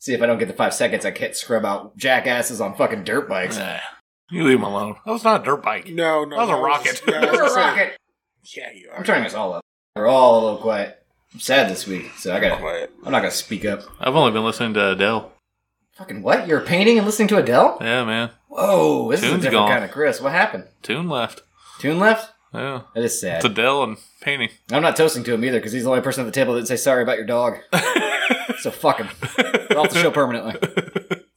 See if I don't get the five seconds, I can't scrub out jackasses on fucking dirt bikes. Nah, you leave him alone. That was not a dirt bike. No, no, That was a rocket. just- yeah, I was You're a just saying- rocket. Yeah, you are. I'm turning us all up. We're all a little quiet. I'm sad this week, so I gotta. Quiet. I'm not gonna speak up. I've only been listening to Adele. Fucking what? You're painting and listening to Adele? Yeah, man. Whoa, this is a Tune's different gone. kind of Chris. What happened? Tune left. Tune left? Yeah. That is sad. It's Adele and painting. I'm not toasting to him either because he's the only person at the table that didn't say sorry about your dog. so fuck him. We're off the show permanently.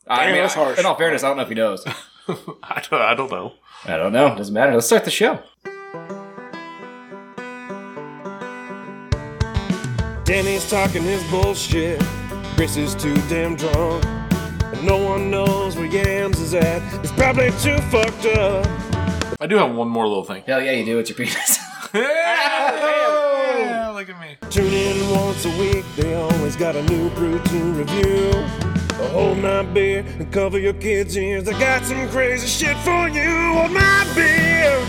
I Damn, mean, that's I- harsh. in all fairness, I don't know if he knows. I don't, I don't know. I don't know. Doesn't matter. Let's start the show. Danny's talking his bullshit. Chris is too damn drunk. And no one knows where Yams is at. He's probably too fucked up. I do have one more little thing. Hell yeah, you do. It's your penis. yeah, look at me. Tune in once a week. They always got a new brew to review. So hold my beer and cover your kids' ears. I got some crazy shit for you. Hold my beer.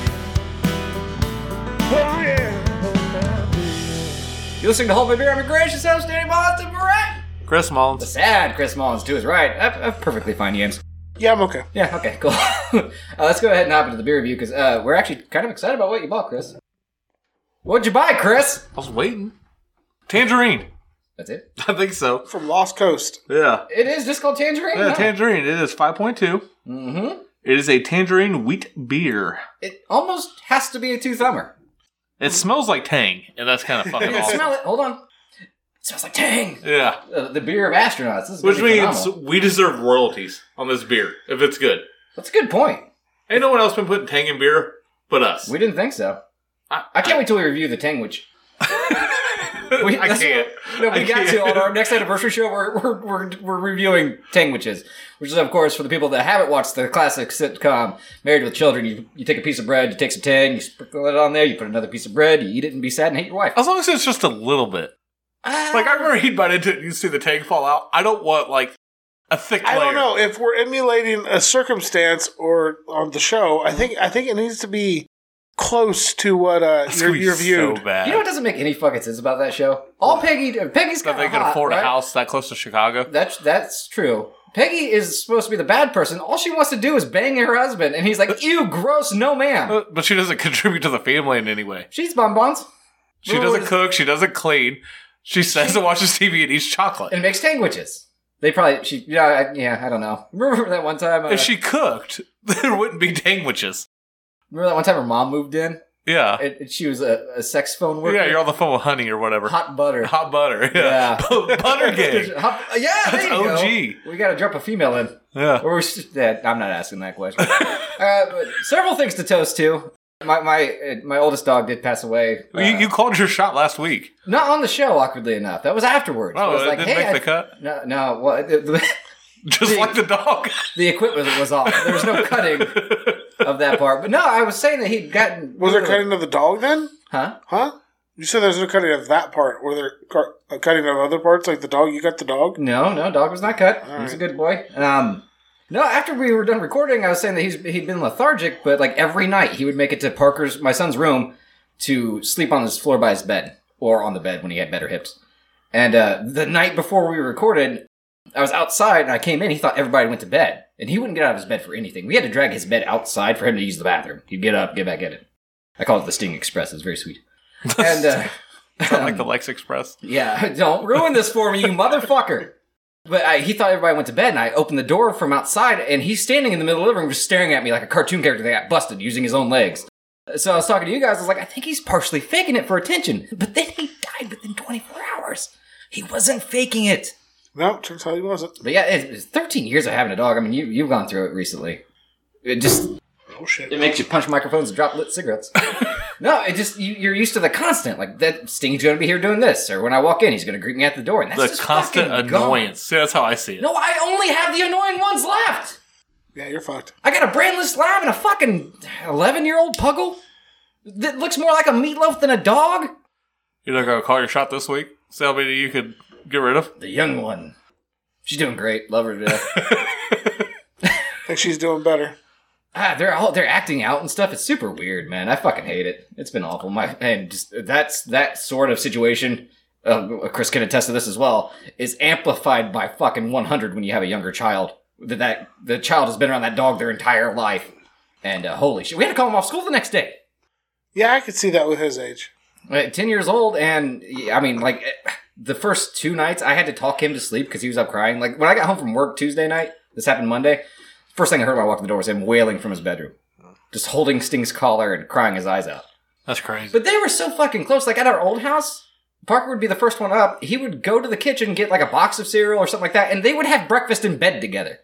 Oh yeah. Hold my beer. you listening to Hold My Beer? I'm your gracious host, Danny Monson, right? Chris The Mullins. sad Chris Mullins, too, is right. I, I'm perfectly fine, Yams. Yeah, I'm okay. Yeah, okay, cool. uh, let's go ahead and hop into the beer review because uh, we're actually kind of excited about what you bought, Chris. What'd you buy, Chris? I was waiting. Tangerine. That's it. I think so. From Lost Coast. Yeah. It is just called Tangerine. Yeah, tangerine. It is 5.2. mm-hmm. It is a tangerine wheat beer. It almost has to be a two thumber. It smells like Tang, and that's kind of fucking Yeah, awesome. smell it. Hold on. It smells like Tang. Yeah. Uh, the beer of astronauts. This is Which means phenomenal. we deserve royalties on this beer if it's good. that's a good point. Ain't no one else been putting Tang in beer but us. We didn't think so. I, I can't wait till we review the Tang, which We, we, I that's can't. what- no, we I got can't. to on our next anniversary show. We're we're, we're we're reviewing Tangwiches, which is of course for the people that haven't watched the classic sitcom Married with Children. You you take a piece of bread, you take some Tang, you sprinkle it on there, you put another piece of bread, you eat it and be sad and hate your wife. As long as it's just a little bit. Oh, Ah. Like, I remember he'd bite into it and you'd see the Tang fall out. I don't want, like, a thick I layer. don't know if we're emulating a circumstance or on the show. I think I think it needs to be close to what uh, That's you're, gonna be you're viewed. so bad. You know what doesn't make any fucking sense about that show? All Peggy Peggy's that got they could hot, afford right? a house that close to Chicago. That's that's true. Peggy is supposed to be the bad person. All she wants to do is bang her husband, and he's like, "Ew, gross, no, ma'am." Uh, But but she doesn't contribute to the family in any way. She's bonbons She Well, doesn't it's- cook. She doesn't clean. She says and watches TV and eats chocolate. and makes sandwiches. They probably she yeah I, yeah I don't know. Remember that one time? Uh, If she cooked, there wouldn't be sandwiches. remember that one time her mom moved in Yeah. and, and she was a, a sex phone worker. Yeah, you're on the phone with honey or whatever. Hot, hot butter. butter. Yeah. butter gang. Hot, yeah, there That's you go. OG. We got to drop a female in. Yeah. Or was she- that- I'm not asking that question. uh, but several things to toast to. My my uh, my oldest dog did pass away. Well, you, uh, you called your shot last week. Not on the show, awkwardly enough. That was afterwards. I Oh, was it like, didn't hey, make I- the cut. No, no. Well, the, the, Just see. like the dog. the equipment was off. There was no cutting of that part. But no, I was saying that he'd gotten. Was there cutting of the dog then? Huh? Huh? You said there's no cutting of that part. Were there car- a cutting of other parts, like the dog? You got the dog. No, no. Dog was not cut. All he was a right. good boy. Um. No, after we were done recording, I was saying that he's he'd been lethargic, but like every night he would make it to Parker's, my son's room, to sleep on his floor by his bed or on the bed when he had better hips. And uh, the night before we recorded, I was outside and I came in. He thought everybody went to bed, and he wouldn't get out of his bed for anything. We had to drag his bed outside for him to use the bathroom. He'd get up, get back in it. I call it the Sting Express. It's very sweet. And uh, Sound like the Lex Express. yeah, don't ruin this for me, you motherfucker. But I, he thought everybody went to bed, and I opened the door from outside, and he's standing in the middle of the living room, just staring at me like a cartoon character that got busted using his own legs. So I was talking to you guys. I was like, I think he's partially faking it for attention. But then he died within 24 hours. He wasn't faking it. No, turns out he wasn't. But yeah, it's, it's 13 years of having a dog. I mean, you you've gone through it recently. It just Oh shit! it makes you punch microphones and drop lit cigarettes. no, it just you, you're used to the constant. Like that Sting's going to be here doing this, or when I walk in, he's going to greet me at the door. And that's the just constant fucking gone. annoyance. See, that's how I see it. No, I only have the annoying ones left. Yeah, you're fucked. I got a brainless lab and a fucking eleven year old puggle that looks more like a meatloaf than a dog. You're not going to call your shot this week? See how many you could get rid of? The young one, she's doing great. Love her to death. I think she's doing better. Ah, they're all they're acting out and stuff. It's super weird, man. I fucking hate it. It's been awful. My and just that's that sort of situation uh, Chris can attest to this as well, is amplified by fucking 100 when you have a younger child. That, that the child has been around that dog their entire life, and uh, holy shit, we had to call him off school the next day. Yeah, I could see that with his age. At 10 years old, and yeah, I mean, like eh, the first two nights, I had to talk him to sleep because he was up crying. Like when I got home from work Tuesday night, this happened Monday. First thing I heard when I walked in the door was him wailing from his bedroom, just holding Sting's collar and crying his eyes out. That's crazy. But they were so fucking close. Like at our old house, Parker would be the first one up. He would go to the kitchen, get like a box of cereal or something like that, and they would have breakfast in bed together.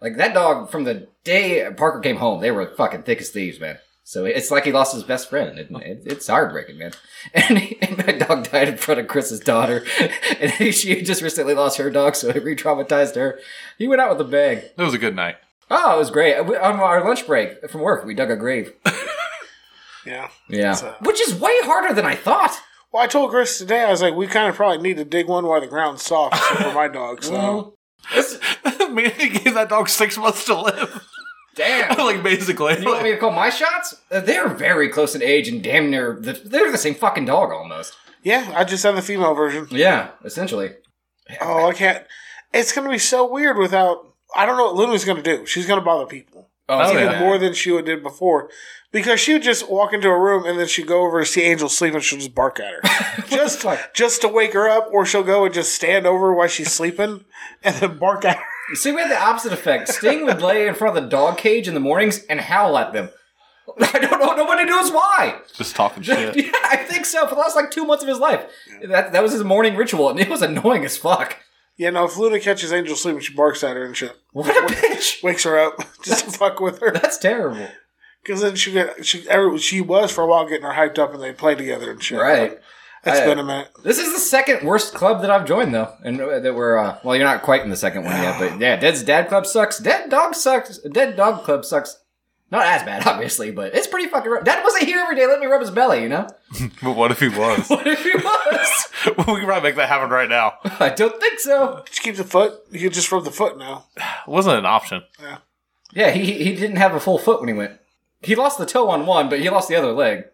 Like that dog, from the day Parker came home, they were fucking thick as thieves, man. So it's like he lost his best friend. It, it, it's heartbreaking, man. And, he, and my dog died in front of Chris's daughter, and she had just recently lost her dog, so it re-traumatized her. He went out with a bang. It was a good night. Oh, it was great. We- On our lunch break from work, we dug a grave. Yeah. Yeah, So- which is way harder than I thought. Well, I told Chris today, I was like, we kind of probably need to dig one while the ground's soft except for my dog. So Man, he gave that dog six months to live. Damn. like basically. You want me to Like, call my shots? Uh, They're very close in age and damn near the, they're the same fucking dog almost. yeah, I just have the female version. Yeah, essentially. Oh, I can't. It's going to be so weird without. I don't know what Luna's going to do. She's going to bother people Oh, Oh, yeah. yeah. more than she would did before because she would just walk into a room and then she'd go over to see Angel sleep and she'll just bark at her just just to wake her up, or she'll go and just stand over while she's sleeping and then bark at her. See, we had the opposite effect. Sting would lay in front of the dog cage in the mornings and howl at them. I don't know. Nobody knows why. just talking shit. Yeah, I think so. For the last like two months of his life, that that was his morning ritual, and it was annoying as fuck. You know, if Luna catches Angel sleeping, she barks at her and shit. What a bitch. wakes her up just to fuck with her. That's terrible. Because then she get she every, she was for a while getting her hyped up and they play together and shit. Right. It's I- been a minute. This is the second worst club that I've joined, though, and uh, that we're uh, well, you're not quite in the second one yet, but yeah, Dead's Dad Club sucks. Dead Dog sucks. Dead Dog Club sucks. Not as bad, obviously, but it's pretty fucking. rough. Dad wasn't here every day. Let me rub his belly, you know. but what if he was? What if he was? we can probably make that happen right now. I don't think so. Just keep the foot. You can just rub the foot now. It wasn't an option. Yeah, he he he didn't have a full foot when he went. He lost the toe on one, but he lost the other leg.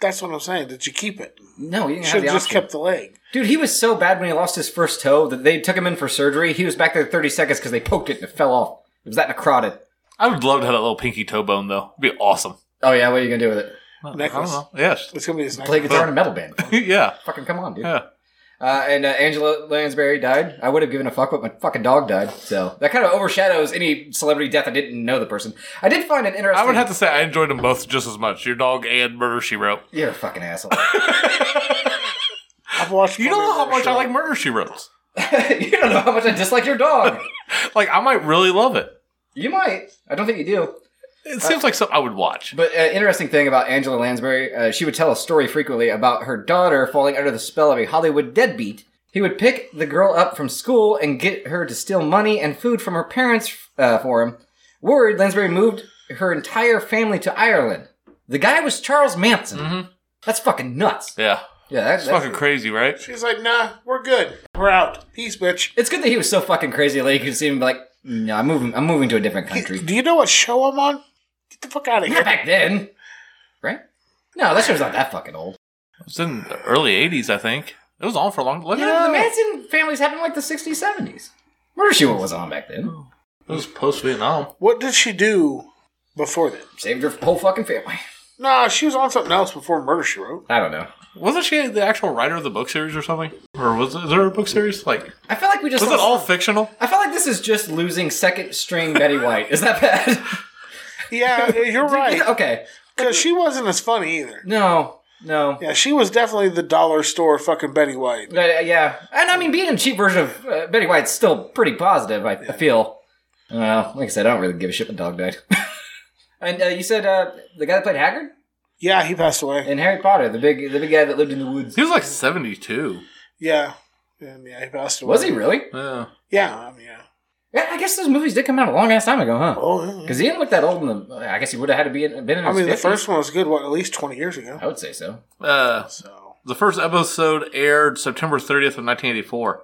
That's what I'm saying. Did you keep it? No, he didn't have Should the have just option. kept the leg. Dude, he was so bad when he lost his first toe that they took him in for surgery. He was back there 30 seconds because they poked it and it fell off. It was that necrotic. I would love to have a little pinky toe bone though. It'd be awesome. Oh yeah, what are you gonna do with it? Necklace. I don't know. Yes. It's gonna be his Play necklace. guitar in a metal band. yeah. Fucking come on, dude. Yeah. Uh, and uh, Angela Lansbury died. I would have given a fuck, but my fucking dog died. So that kind of overshadows any celebrity death. I didn't know the person. I did find an interesting. I would have to say I enjoyed them both just as much. Your dog and Murder She Wrote. You're a fucking asshole. I've watched. You don't know how Murder, much I She like Wrote. Murder She Wrote. you don't know how much I dislike your dog. Like I might really love it. You might. I don't think you do. It seems like something I would watch. But uh, interesting thing about Angela Lansbury, uh, she would tell a story frequently about her daughter falling under the spell of a Hollywood deadbeat. He would pick the girl up from school and get her to steal money and food from her parents uh, for him. Worried, Lansbury moved her entire family to Ireland. The guy was Charles Manson. That's fucking nuts. Yeah. Yeah, that, Mm-hmm. It's that's fucking crazy, right? She's like, nah, we're good. We're out. Peace, bitch. It's good that he was so fucking crazy that you could see him be like, "No, I'm moving. I'm moving to a different country." Do you know what show I'm on? Get the fuck out of Not here. back then, right? No, that show's not that fucking old. It was in the early '80s, I think. It was on for a long time. You know, the Manson families happened in like the 60s, 70s. Murder She Wrote was on back then. It was post Vietnam. What did she do before that? Saved her whole fucking family. Nah, she was on something else before Murder She Wrote. I don't know. Wasn't she the actual writer of the book series or something? Or was is there a book series? Like, I feel like we just. was it all fictional? I feel like this is just losing second string Betty White. Is that bad? Yeah, you're right. okay. Because she wasn't as funny either. No. No. Yeah, she was definitely the dollar store fucking Betty White. Uh, yeah. And I mean, being a cheap version of uh, Betty White's still pretty positive, I, I feel. I don't know. Like I said, I don't really give a shit when dog died. and uh, you said uh, the guy that played Haggard? Yeah, he passed away. In Harry Potter, the big the big guy that lived in the woods. He was like 72. Yeah. And yeah, he passed away. Was he really? Yeah. Yeah, I mean, yeah. Yeah, I guess those movies did come out a long ass time ago, huh? Oh, yeah, yeah. Because he didn't look that old in the. I guess he would have had to be in, been in. I His mean, the 50s. first one was good, what, at least 20 years ago. I would say so. Uh, So, the first episode aired September 30th of 1984.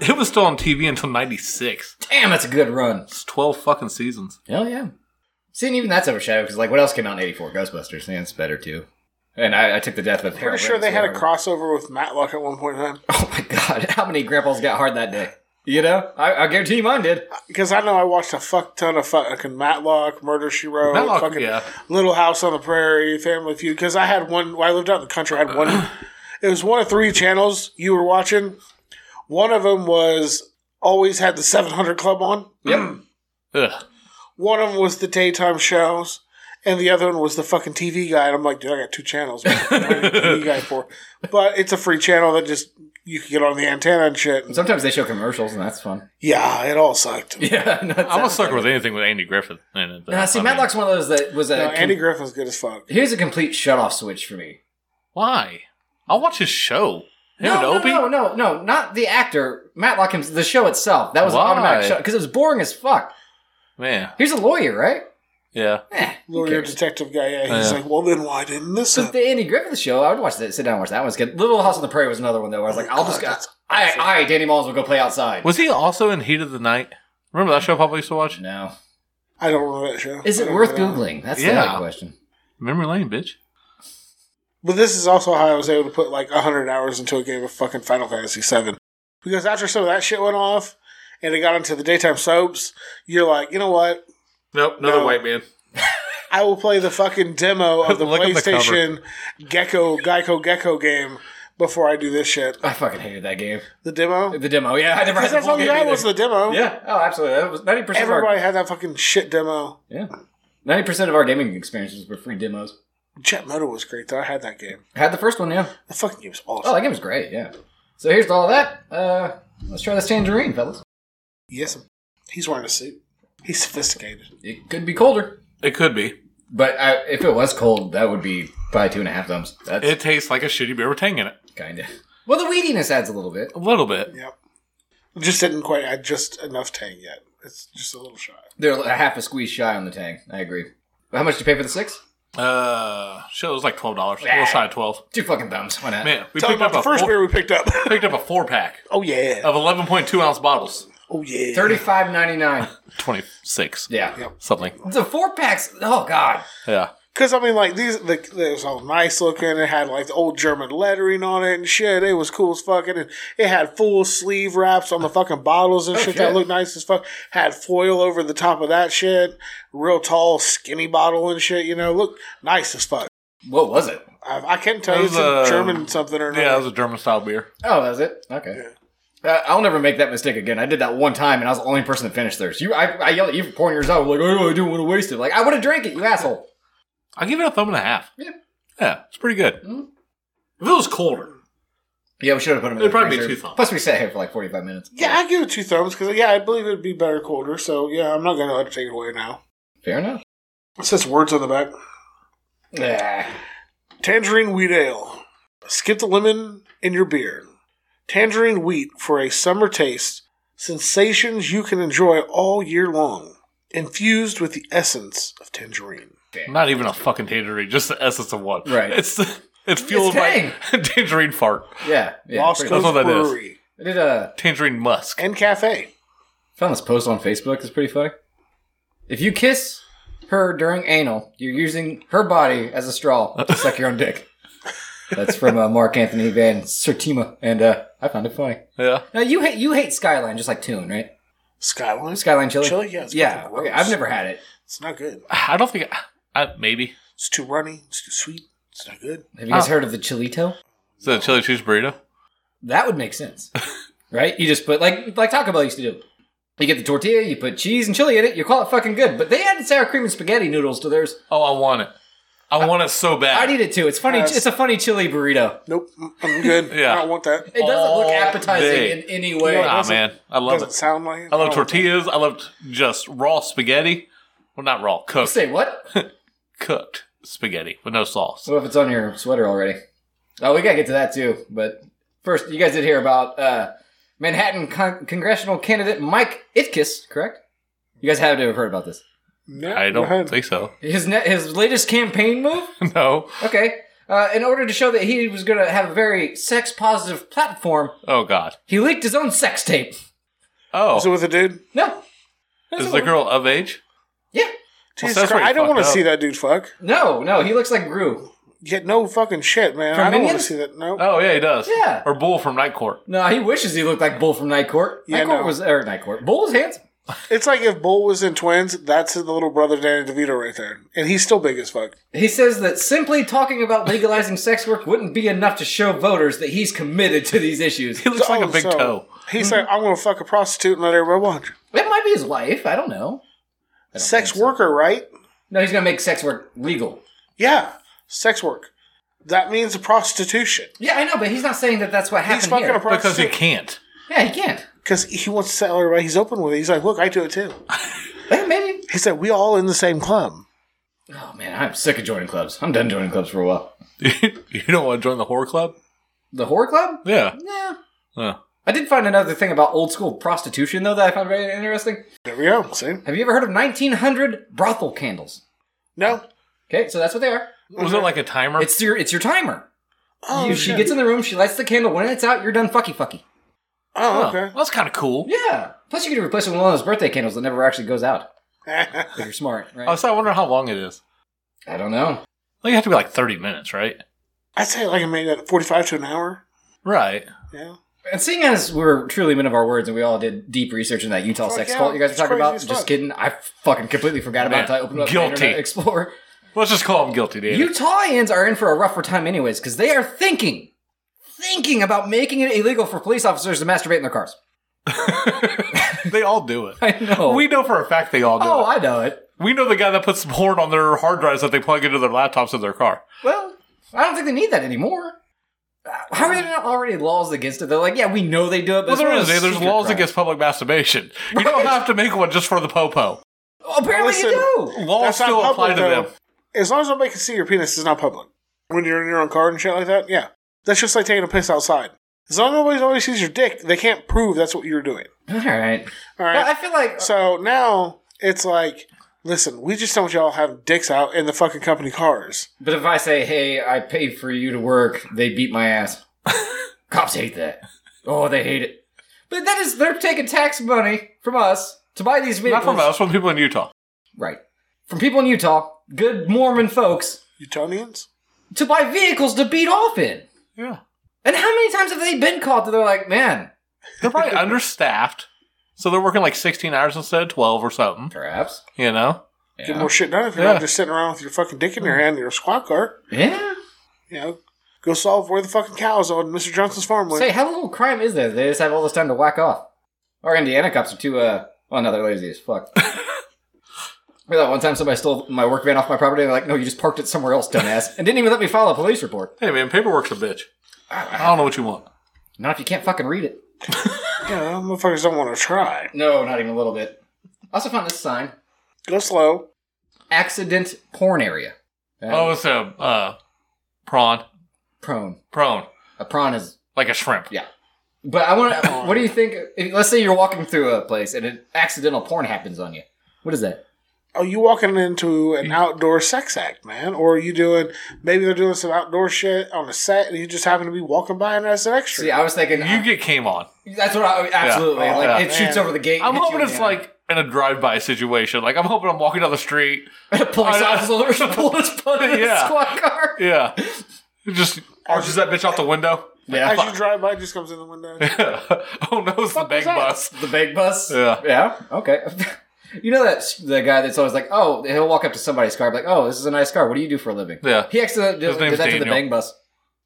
It was still on TV until 96. Damn, that's a good run. It's 12 fucking seasons. Hell yeah. See, and even that's overshadowed because, like, what else came out in '84? Ghostbusters. Yeah, it's better too. And I, I took the death of Pretty sure they had a crossover with Matlock at one point in time. Oh my god, how many grandpas got hard that day? You know, I, I guarantee you mine did. Because I know I watched a fuck ton of fucking Matlock, Murder She Wrote, Matlock, fucking yeah. Little House on the Prairie, Family Feud. Because I had one. When I lived out in the country. I had Uh. one. it was one of three channels you were watching. One of them was always had the 700 Club on. Yep. Ugh. One of them was the daytime shows, and the other one was the fucking TV guy. And I'm like, dude, I got two channels. What the fuck am I the TV guy for? But it's a free channel that just you can get on the antenna and shit. And sometimes they show commercials, and that's fun. Yeah, it all sucked. Yeah, I'm a sucker with anything with Andy Griffith. in it, though. Nah, see, I mean, Matlock's one of those that was a. No, com- Andy Griffith's good as fuck. here's a complete shut off switch for me. Why? I'll watch his show. Him No, and no, Opie? no, no, no, not the actor Matlock. Him, the show itself. That was Why? an automatic shut because it was boring as fuck. Man, Here's a lawyer, right? yeah. Eh, who Lawyer cares? detective guy. Yeah, he's Oh, Yeah. like, well, then why didn't this? So Happen? the Andy Griffith show, I would watch that. Sit down, and watch that one's good. Little House on the Prairie was another one though. I was like, I'll just, God, that's I, I, Danny Mullins will go play outside. Was he also in Heat of the Night? Remember that show Papa used to watch? no, I don't remember that show. is I it don't worth remember that. googling? That's Yeah. the other question. Memory Lane, bitch. But this is also how I was able to put like hundred hours into a game of fucking Final Fantasy VII, because after some of that shit went off, and it got into the daytime soaps, you're like, you know what? Nope, another No. white man. I will play the fucking demo of the Look at the PlayStation Gecko Geico Gecko game before I do this shit. I fucking hated that game. The demo. The demo, yeah, I never had Because the that's full all you game had either. was the demo. Yeah, oh, absolutely. That was ninety percent. Everybody had that fucking shit demo. Yeah. Ninety percent of our gaming experiences were free demos. Jet Moto was great though. I had that game. I had the first one, yeah. The fucking game's awesome. Oh, that game was great, yeah. So here's to all that. Uh, let's try this tangerine, fellas. Yes, he's wearing a suit. He's sophisticated. It could be colder, It could be. but I, if it was cold, that would be probably two and a half thumbs. That's It tastes like a shitty beer with tang in it. kind of. Well, the weediness adds a little bit. A little bit. Yep. Just didn't quite add just enough tang yet. It's just a little shy. They're a half a squeeze shy on the tang. I agree. How much did you pay for the six? Uh, shit, it was like twelve dollars. A little shy of twelve. Two fucking thumbs. Why not? Man, we Tell me picked up about the a first four, beer we picked up. picked up a four pack oh yeah. of eleven point two ounce bottles. Oh yeah. Thirty-five ninety-nine. Twenty six. Yeah. Yep. Something. The four packs. Oh God. Yeah. Because I mean, like these, the, it was all nice looking. It had like the old German lettering on it and shit. It was cool as fucking. And it had full sleeve wraps on the fucking bottles Oh, and shit that shit. looked nice as fuck. Had foil over the top of that shit. Real tall, skinny bottle and shit. You know, looked nice as fuck. What was it? I, I can't tell you It it's was, uh, a German something or Yeah, it not. was a German style beer. Oh, that was it. Okay. Uh, I'll never make that mistake again. I did that one time, and I was the only person that finished theirs. You, I, I yelled at you for pouring yours out. like, oh, I didn't want to waste it. Like, I would have drank it, you asshole. I give it a thumb and a half. Yeah. Mm-hmm. Yeah, it's pretty good. If it was colder, Yeah, we should have put them. in It'd the probably be freezer. two thumbs. Plus, we sat here for like forty-five minutes. Yeah, I give it two thumbs because yeah, I believe it'd be better colder. So yeah, I'm not gonna let it take it away now. Fair enough. It says words on the back. Yeah. Tangerine wheat ale. Skip the lemon in your beer. Tangerine wheat for a summer taste. Sensations you can enjoy all year long. Infused with the essence of tangerine. not even a fucking tangerine, just the essence of one. Right. It's it's fueled by tangerine fart, Yeah. yeah Lost pretty Coast much. That's what that is. Brewery I did a tangerine musk. and cafe. found this post on Facebook. It's pretty funny. If you kiss her during anal, you're using her body as a straw to suck your own dick. That's from uh, Mark Anthony Van Sertima, and uh, I found it funny. yeah. Now you hate you hate Skyline just like Tune, right? Skyline. Skyline chili. Chili, yeah, it's yeah. fucking gross. okay, I've never had it. It's not good. I don't think. I, maybe. It's too runny. It's too sweet. It's not good. Have you guys Oh. heard of the chilito? Is that a chili cheese burrito? That would make sense, right? You just put like like Taco Bell used to do. You get the tortilla, you put cheese and chili in it, you call it fucking good. But they added sour cream and spaghetti noodles to theirs. Oh, I want it. I, want it so I bad. need it too. It's funny. Yes. It's a funny chili burrito. Nope. mm, I'm good. Yeah. I don't want that. It doesn't look All appetizing day. in any way. Yeah. Nah, Ah, doesn't- man, I love Doesn't it. sound like it. I love don't want that. tortillas. I loved just raw spaghetti. Well, not raw, cooked, Say what? cooked spaghetti with no sauce. So if it's on your sweater already? Oh, we gotta get to that too. But first, you guys did hear about uh, Manhattan con- congressional candidate Mike Itkiss, correct? You guys have to have heard about this. No, I go ahead. don't think so. His ne- his latest campaign move. no. Okay. Uh, in order to show that he was going to have a very sex positive platform, Oh God. he leaked his own sex tape. Oh, Is it with a dude? No. is the girl of age? Yeah. Jesus that's Christ, where you I don't fucked want to up. see that dude fuck. No, no, he looks like Gru. Get no fucking shit, man. From I don't want to Minions? see that. No. Oh yeah, he does. Yeah. Or Bull from Night Court. No, he wishes he looked like Bull from Night Court. Yeah, Night Court no. was or Night Court. Bull was handsome. It's like if Bull was in Twins, that's the little brother Danny DeVito right there. And he's still big as fuck. He says that simply talking about legalizing sex work wouldn't be enough to show voters that he's committed to these issues. He looks like Oh, a big so toe. Hmm. He's like, I'm going to fuck a prostitute and let everybody watch. That might be his wife. I don't know. I don't Sex think so. worker, right? No, he's gonna make sex work legal. Yeah. Sex work. That means prostitution. Yeah, I know, but he's not saying that that's what He's happened fucking here. a Because he prostitute. can't. yeah, he can't. Because he wants to tell everybody he's open with it. He's like, look, I do it too. Eh, maybe. He said, we all in the same club. Oh man, I'm sick of joining clubs. I'm done joining clubs for a while. you don't want to join the horror club? The horror club? Yeah. Nah. Yeah. I did find another thing about old school prostitution though that I found very interesting. There we go. See? Have you ever heard of 1900 brothel candles? No. Okay, so that's what they are. Was it like a timer? It's your it's your timer. Oh, You- she shit. gets in the room, she lights the candle. When it's out, you're done fucky fucky. Oh, Huh. okay. That's kind of cool. Yeah. Plus, you can replace it with one of those birthday candles that never actually goes out if you're smart, right? I was I wonder how long it is. Oh. I don't know. Like you have to be like thirty minutes, right? I'd say like I made that 45 to an hour. Right. Yeah. And seeing as we're truly men of our words and we all did deep research in that Utah Fuck sex yeah, cult you guys were it's talking crazy about, as just fuck. kidding. I fucking completely forgot about Man, it until I opened up guilty. Internet Explorer. Let's just call him guilty, dude. Utahians are in for a rougher time, anyways, because they are thinking, thinking about making it illegal for police officers to masturbate in their cars. they all do it. I know. We know for a fact they all do oh, it. I know it. we know the guy that puts porn on their hard drives that they plug into their laptops in their car. Well, I don't think they need that anymore. Uh, How are there not already laws against it? They're like, yeah, we know they do it, but Well, it's there not a is. There's secret laws crime. against public masturbation. You don't have to make one just for the popo. Oh, apparently, Listen, you do. Laws not still apply to though. them. As long as nobody can see your penis, it's not public. When you're in your own car and shit like that, yeah. That's just like taking a piss outside. As long as nobody, nobody sees your dick, they can't prove that's what you're doing. All right. All Well, I right. feel like So now it's like, listen, we just don't want y'all have dicks out in the fucking company cars. But if I say, "Hey, I pay for you to work," they beat my ass. Cops hate that. Oh, they hate it. But that is—they're taking tax money from us to buy these Not vehicles. from us, from people in Utah. right? From people in Utah, good Mormon folks, Utonians? to buy vehicles to beat off in. Yeah. And how many times have they been caught that they're like, "Man, They're probably understaffed. So they're working like 16 hours instead of 12 or something, perhaps." you know? Get Yeah. more shit done if you're Yeah. Mm. not just sitting around with your fucking dick in your hand in your squad car. yeah. You know, go solve where the fucking cows on Mr. Johnson's farm went. Say, how little crime is there? that They just have all this time to whack off. Our Indiana cops are too, uh, well, no, they're lazy as fuck. Remember that one time somebody stole my work van off my property and they're like, no, you just parked it somewhere else, dumbass, and didn't even let me file a police report. Hey, man, paperwork's a bitch. I don't know what you want. Not if you can't fucking read it. Yeah, motherfuckers don't want to try. No, not even a little bit. I also found this sign Go slow. accident porn area. And Oh, it's a uh, prawn. prone. Prone. A prawn is. Like a shrimp. But I want to. what do you think? If, let's say you're walking through a place and an accidental porn happens on you. What is that? Are Oh, you walking into an outdoor sex act, man? Or are you doing maybe they're doing some outdoor shit on a set and you just happen to be walking by and that's an extra? See, I was thinking. You get came on. That's what I absolutely Yeah. Oh, like. yeah. It shoots Man. over the gate. I'm hits you hoping in it's the eye. like in a drive-by situation. Like I'm hoping I'm walking down the street. a police I- officer pulled his butt in Yeah. the squad car. Yeah, just arches that bitch out the window. Yeah, As you drive by, it just comes in the window. oh no, it's the was bank that? bus. the big bus. Yeah. yeah, okay. you know that the guy that's always like, oh, he'll walk up to somebody's car, be like, oh, this is a nice car. What do you do for a living? Yeah, He accidentally did, His name's did that to the Daniel. bang bus.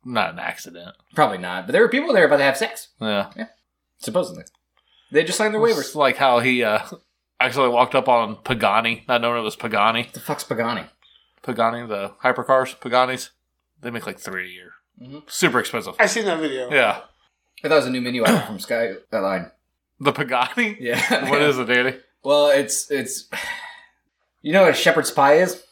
not an accident. Probably not, but there were people there about to have sex, Yeah, supposedly. They just signed their it's waivers. What like how he uh, actually walked up on Pagani, not knowing it was Pagani. the fuck's Pagani? Pagani, the hypercars, Paganis. They make like three a year. Mhm. Super expensive. I seen that video. Yeah, I thought it was a new menu item from Skyline. the Pagani. Yeah. What is it, Danny? Well, it's it's. You know what a shepherd's pie is?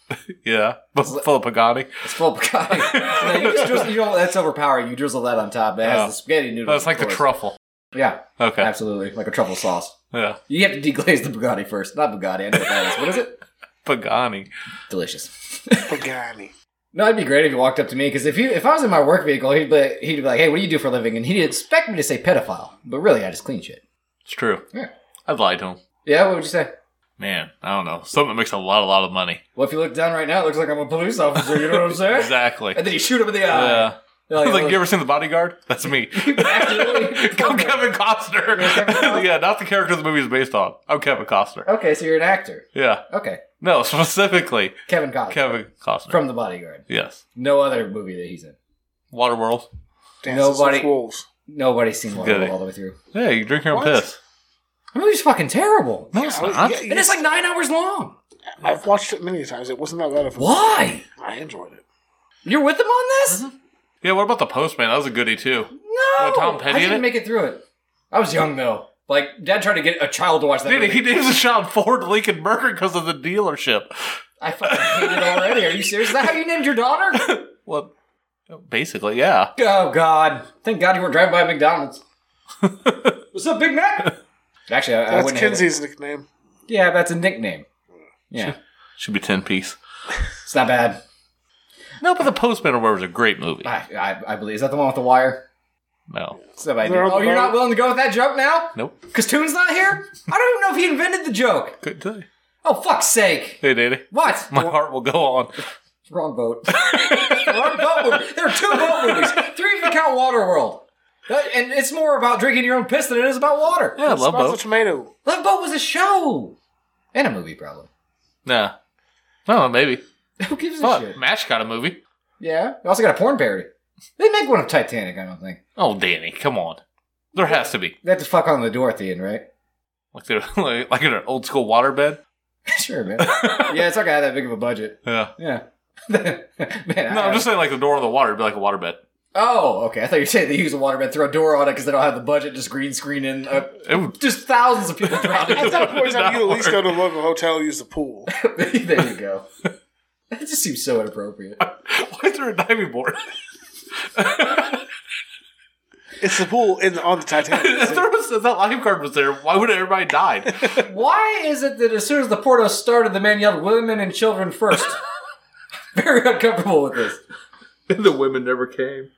Yeah, but full of Pagani. It's full of Pagani. no, you just drizzle, you know, that's overpowering. You drizzle that on top. It has Oh. the spaghetti noodles. That's like of the course. truffle. Yeah, Okay. absolutely. Like a truffle sauce. Yeah, You have to deglaze the Bugatti first. Not Bugatti. I know what that is. What is it? Pagani. Delicious. Pagani. no, it'd be great if you walked up to me because if he, if I was in my work vehicle, he'd be, he'd be like, "Hey, what do you do for a living?" And he'd expect me to say pedophile, but really, I just clean shit. It's true. Yeah. I'd lie to him. Yeah, what would you say? Man, I don't know. Something that makes a lot, a lot of money. Well, if you look down right now, it looks like I'm a police officer. You know what I'm saying? Exactly. And then you shoot him in the eye. "Oh, Yeah. They're Like, "Look, you ever seen The Bodyguard? That's me. Absolutely. I'm Kevin Costner. You're Kevin Costner? yeah, not the character the movie is based on. I'm Kevin Costner. okay, so you're an actor. Yeah. Okay, No, specifically Kevin Costner Kevin Costner. from The Bodyguard. yes. No other movie that he's in. Waterworld. Dances Nobody- with wolves. Nobody's seen Good. Waterworld all the way through. Yeah, you drink your own What? piss. The movie's fucking terrible, No, it's Yeah, not. yeah, and it's like nine hours long. I've watched it many times. It wasn't that bad of a Why? I enjoyed it. You're with them on this? Yeah, what about The Postman? That was a goodie, too. No, Mm-hmm. What, Tom Petty I in didn't it? make it through it. I was young though. Like dad tried to get a child to watch that. Dude, movie. he names his child Ford Lincoln Burger because of the dealership. I fucking hate it already. Are you serious? Is that how you named your daughter? Well, basically, yeah. Oh God! Thank God you weren't driving by a McDonald's. What's up, Big Mac? Actually, I, I That's wouldn't. hate it. Kinsey's nickname. Yeah, that's a nickname. Yeah, Should be 10 piece. it's not bad. No, but The Postman or whatever is a great movie. I, I, I believe. Is that the one with the wire? No. It's not bad. They're on Oh, the you're boat. not willing to go with that joke now? Nope. Because Toon's not here? I don't even know if he invented the joke. Couldn't tell you. Oh, fuck's sake. Hey, Daddy. What? My heart will go on. Wrong boat. Wrong boat movie. There are two boat movies. Three if you count Waterworld. That- And it's more about drinking your own piss than it is about water. Yeah, Love Spot the Boat. tomato. Love Boat was a show. And a movie, probably. Nah. No, maybe. Who gives a shit? Fuck. Mash got a movie. Yeah. We also got a porn parody. They make one of Titanic, I don't think. Oh, Danny, come on. There has to be. They have to fuck on the Dorothy in, right? Like, they're, like, like in an old school waterbed. sure, man. yeah, it's not gonna have that big of a budget. Yeah. Yeah. Man, No, I- I'm just saying, like, the door on the water would be like a waterbed. Oh, okay. I thought you were saying they use a waterbed, throw a door on it because they don't have the budget, just green screen in. Uh, It would, just thousands of people drowning. At that point, in time, Not you at least work. go to the local hotel and use the pool. there you go. That just seems so inappropriate. why is there a diving board? It's the pool in the, on the Titanic. if, there was, if that lifeguard was there, why would everybody die? Why is it that as soon as the Porto started, the man yelled, women and children first? Very uncomfortable with this. the women never came.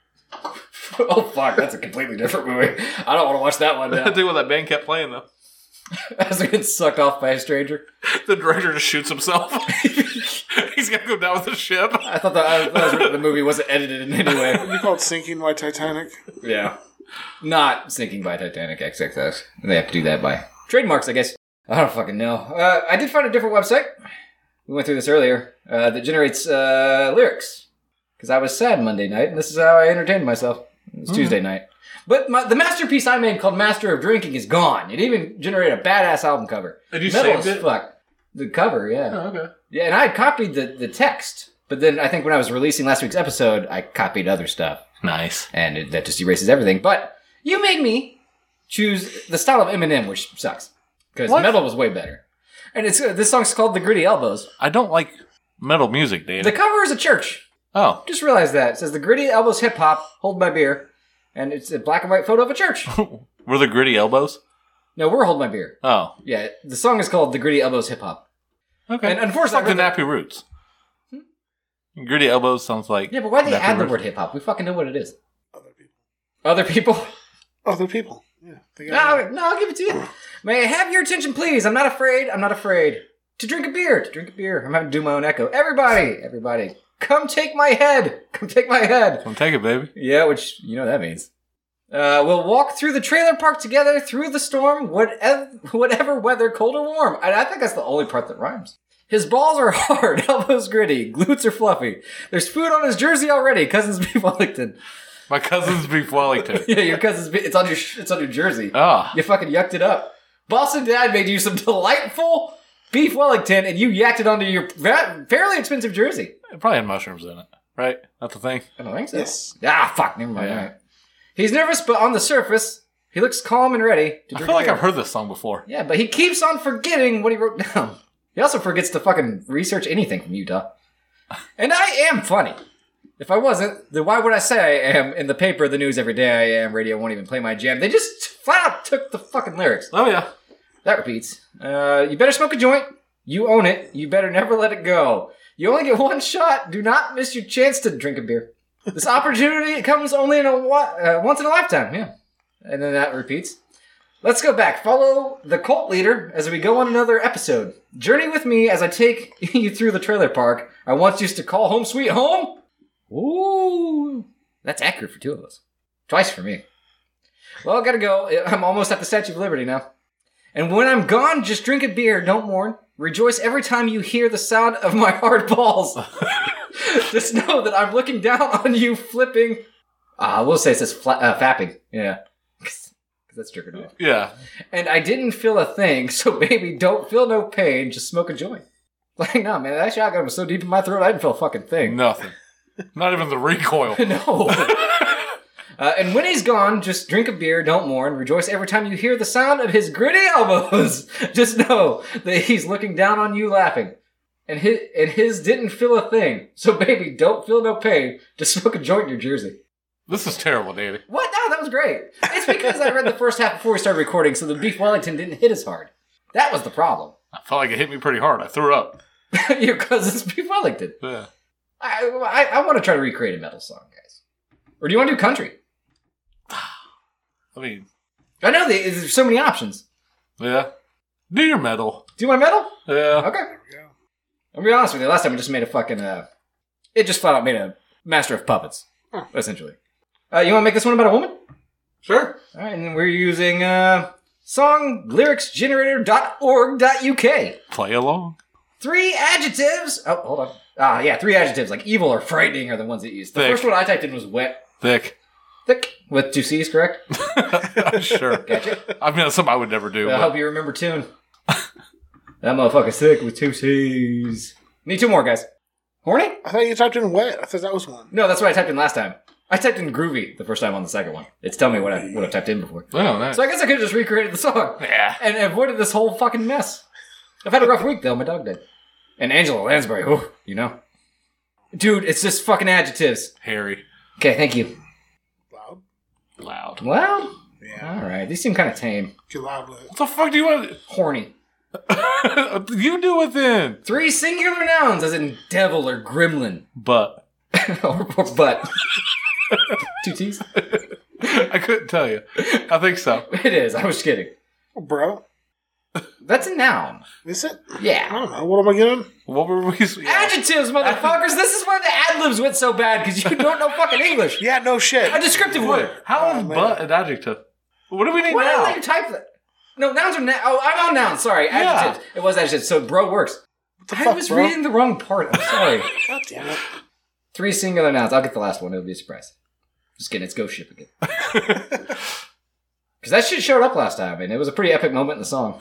Oh, fuck. That's a completely different movie. I don't want to watch that one I now. think what that band kept playing, though. As I get sucked off by a stranger. The director just shoots himself. He's got to go down with the ship. I thought that, I thought that the movie wasn't edited in any way. you called sinking by Titanic. Yeah. Not sinking by Titanic XXS. They have to do that by trademarks, I guess. I don't fucking know. Uh, I did find a different website. We went through this earlier uh, that generates uh, lyrics because I was sad Monday night, and this is how I entertained myself. It's Hmm. Tuesday night, but my, the masterpiece I made called "Master of Drinking" is gone. It even generated a badass album cover. And you Metal saved as it? Fuck the cover, yeah. Oh, okay. Yeah, and I had copied the, the text, but then I think when I was releasing last week's episode, I copied other stuff, Nice. and it, that just erases everything. But you made me choose the style of Eminem, which sucks because What? metal was way better. And it's uh, this song's called "The Gritty Elbows." I don't like metal music, Dave. The cover is a church. oh. Just realized that it says "The Gritty Elbows Hip Hop." Hold my beer, and it's a black and white photo of a church. Were the gritty elbows? no, we're hold my beer. Oh. Yeah, the song is called "The Gritty Elbows Hip Hop." Okay. And unfortunately, like the I read nappy roots. Gritty elbows sounds like. Yeah, but why do they nappy add the roots. word hip hop? We fucking know what it is. Other people. Other people. Other people. Yeah. They No, got- no, I'll give it to you. May I have your attention, please? I'm not afraid. I'm not afraid to drink a beer. To drink a beer. I'm having to do my own echo. Everybody, everybody, come take my head. Come take my head. Well, take it, baby. Yeah, which you know what that means. Uh, we'll walk through the trailer park together, through the storm, whatever, whatever weather, cold or warm. And I think that's the only part that rhymes. His balls are hard, elbows gritty, glutes are fluffy. There's food on his jersey already. Cousins beef Wellington. My cousin's beef Wellington. Yeah, your cousins. Beef, it's on your. It's on your jersey. Ah. You fucking yucked it up. Boston Dad made you some delightful beef Wellington, and you yacked it onto your fa- fairly expensive jersey. It probably had mushrooms in it, right? That's the thing. I don't think so. Yes. Ah, fuck. Never mind. Yeah. All right. He's nervous, but on the surface, he looks calm and ready to drink I feel like beer. I've heard this song before. Yeah, but he keeps on forgetting what he wrote down. He also forgets to fucking research anything from Utah. And I am funny. If I wasn't, then why would I say I am in the paper, the news every day I am, radio won't even play my jam? They just flat out took the fucking lyrics. Oh yeah. That repeats. Uh, you better smoke a joint. You own it. You better never let it go. You only get one shot. Do not miss your chance to drink a beer. This opportunity comes only in a wa- uh, once in a lifetime. Yeah, and then that repeats. Let's go back. Follow the cult leader as we go on another episode. Journey with me as I take you through the trailer park. I once used to call home sweet home. Ooh. That's accurate for two of us. Twice for me. Well, gotta go. I'm almost at the Statue of Liberty now. And when I'm gone, just drink a beer. Don't mourn. Rejoice every time you hear the sound of my hard balls. just know that I'm looking down on you, flipping. Ah, we'll say it says fla- uh, fapping. Yeah. Because that's jerking off. Yeah. And I didn't feel a thing, so baby, don't feel no pain. Just smoke a joint. Like, nah, man, that shotgun was so deep in my throat, I didn't feel a fucking thing. Nothing. Not even the recoil. No. uh, and when he's gone, just drink a beer, don't mourn, rejoice every time you hear the sound of his gritty elbows. just know that he's looking down on you laughing. And his, and his didn't feel a thing. So, baby, don't feel no pain. Just smoke a joint in your jersey. This is terrible, Danny. What? No, that was great. It's because I read the first half before we started recording, so the Beef Wellington didn't hit as hard. That was the problem. I felt like it hit me pretty hard. I threw up. Your cousin's Beef Wellington. Yeah. I, I, I want to try to recreate a metal song, guys. Or do you want to do country? I mean, I know they, there's so many options. yeah. Do your metal. Do you want metal? Yeah. Okay. I'll be honest with you. Last time I just made a fucking. Uh, it just flat out made a master of puppets, essentially. Uh, you want to make this one about a woman? Sure. All right, and then we're using uh, songlyricsgenerator.org.uk. Play along. Three adjectives. Oh, hold on. Ah, yeah, three adjectives like evil or frightening are the ones that you used. The Thick. first one I typed in was wet, Thick. thick, with two C's, correct? sure. Gotcha. I mean, that's something I would never do. I But hope you remember tune. that motherfucker's thick with two C's. Need two more, guys. Horny? I thought you typed in wet. I thought that was one. No, that's what I typed in last time. I typed in groovy the first time on the second one. It's telling me what I what I've typed in before. no, no. So I guess I could have just recreated the song Oh, yeah. and avoided this whole fucking mess. I've had a rough week though. My dog did. And Angela Lansbury, ooh, you know, dude, it's just fucking adjectives. Hairy. Okay, thank you. Loud. Loud. Loud. Yeah. All right, these seem kind of tame. Get loud with it. What the fuck do you want? Horny. to You do it then. Three singular nouns, as in devil or gremlin But or, or butt. Two T's. I couldn't tell you. I think so. It is. I was kidding. Bro. That's a noun. Is it? I Yeah. don't know. What am I getting? What were we? Yeah. Adjectives, motherfuckers. This is why the ad libs went so bad because you don't know fucking English. Yeah, no shit. A descriptive word. How is man. but an adjective? Oh, What do we need Why did I now? let you type that? No, nouns are now. Oh, I'm on nouns. Sorry, Yeah. adjectives. It was adjectives. So bro works. I fuck, was bro? reading the wrong part. I'm sorry. God damn it. Three singular nouns. I'll get the last one. It'll be a surprise. Just kidding. It's Ghost Ship again. Because that shit showed up last time, and it was a pretty epic moment in the song.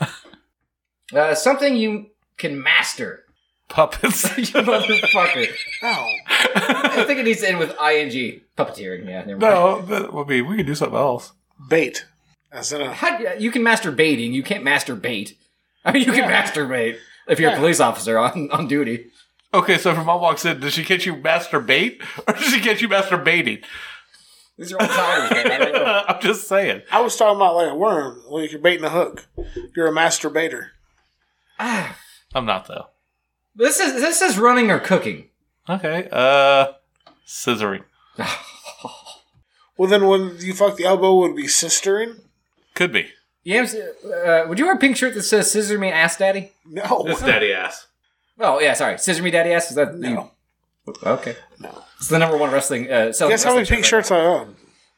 Uh, something you can master, Puppets. you motherfucker. Ow. I think it needs to end with ing puppeteering. Yeah, never mind. no, that would be. We could do something else. Bait. As in a. How, you can masturbating. You can't masturbate. I mean, you can masturbate if you're a police officer on, on duty. Okay, so if your mom walks in, does she catch you masturbate, or does she catch you masturbating? These are all titles, man. I don't know. I'm just saying. I was talking about like a worm. Like you're baiting a hook. You're a masturbator. Ah, I'm not though. this is this is running or cooking. Okay. Uh, scissoring. Well, then when you fuck the elbow, would it be sistering? Could be. Yams, uh, would you wear a pink shirt that says "Scissor Me Ass Daddy"? No. That's daddy ass. Oh yeah, sorry, "Scissor Me Daddy Ass." Is that No. Okay, No. it's the number one wrestling. Uh, selling Guess how many wrestling pink shirt shirts I own?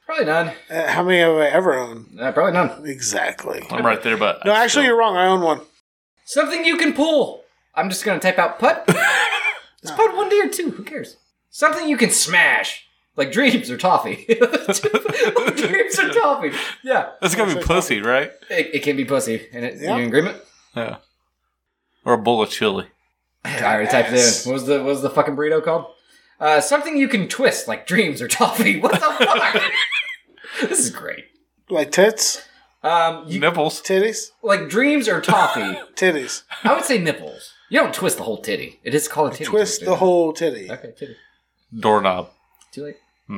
right now. Probably none. Uh, how many have I ever owned? Uh, probably none. Exactly. I'm right there, but No, actually, you're wrong. I own one. Something you can pull. I'm just gonna type out putt. It's putt one day or two. Who cares? Something you can smash, like dreams or toffee. dreams or toffee. Yeah, that's gonna be pussy, right? it, it can be pussy. And it, Yeah. you in agreement? Yeah. Or a bowl of chili. I already typed it in. What was the what was the fucking burrito called? Uh, something you can twist, like dreams or toffee. What the fuck? this is great. Like tits, Um, you, Nipples. titties, like dreams or toffee. titties. I would say nipples. You don't twist the whole titty. It is called a titty. Twist twister. the whole Hmm. titty. Okay, titty. Doorknob. Too late.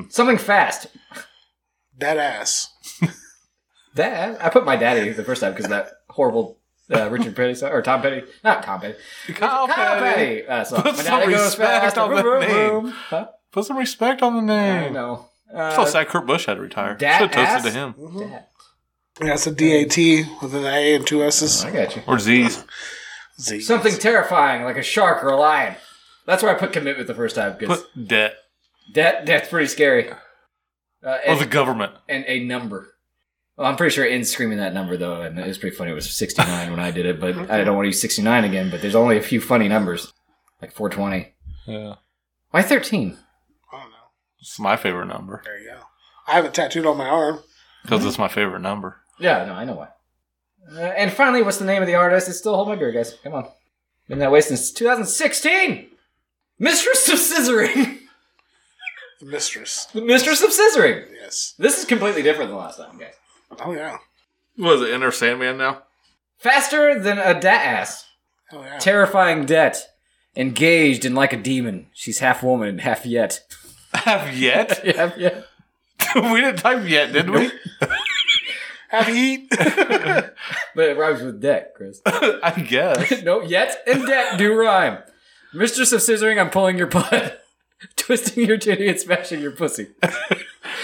Something fast. That ass. That I put my daddy the first time because that horrible uh, Richard Petty song, or Tom Petty, not Tom Petty, Kyle Tom Petty. Petty uh, song. Put my some daddy goes respect fast. on vroom, that vroom, name. Hmm. vroom. Huh? Put some respect on the I name. know. Uh, So sad Kurt Bush had to retire. Dat Should have toasted ass? to him. that. Yeah, it's a DAT with an A and two S's. I got you. Or Z's. Z. Something terrifying, like a shark or a lion. That's where I put commitment the first time because Put debt. that that's pretty scary. Uh, Or and, Oh, the government. and a number. Well, I'm pretty sure in screaming that number though, and it was pretty funny. It was 69 when I did it, but I don't want to use 69 again. But there's only a few funny numbers, like 420. Yeah. Why 13? I don't know. It's my favorite number. There you go. I have it tattooed on my arm. Because it's my favorite number. Yeah, no, I know why. Uh, and finally, what's the name of the artist? It's still Hold My Beer, guys. Come on. Been that way since 2016! Mistress of Scissoring! The mistress. The Mistress of Scissoring! Yes. This is completely different than last time, guys. Oh yeah. What is it, Inner Sandman now? Faster than a dat ass. Oh yeah. Terrifying debt. Engaged and like a demon. She's half woman, half yet. Have yet? Half yet. we didn't type yet, did we? Happy heat. But it rhymes with debt, Chris. I guess. no, yet and debt do rhyme. Mistress of scissoring, I'm pulling your butt, twisting your titty, and smashing your pussy.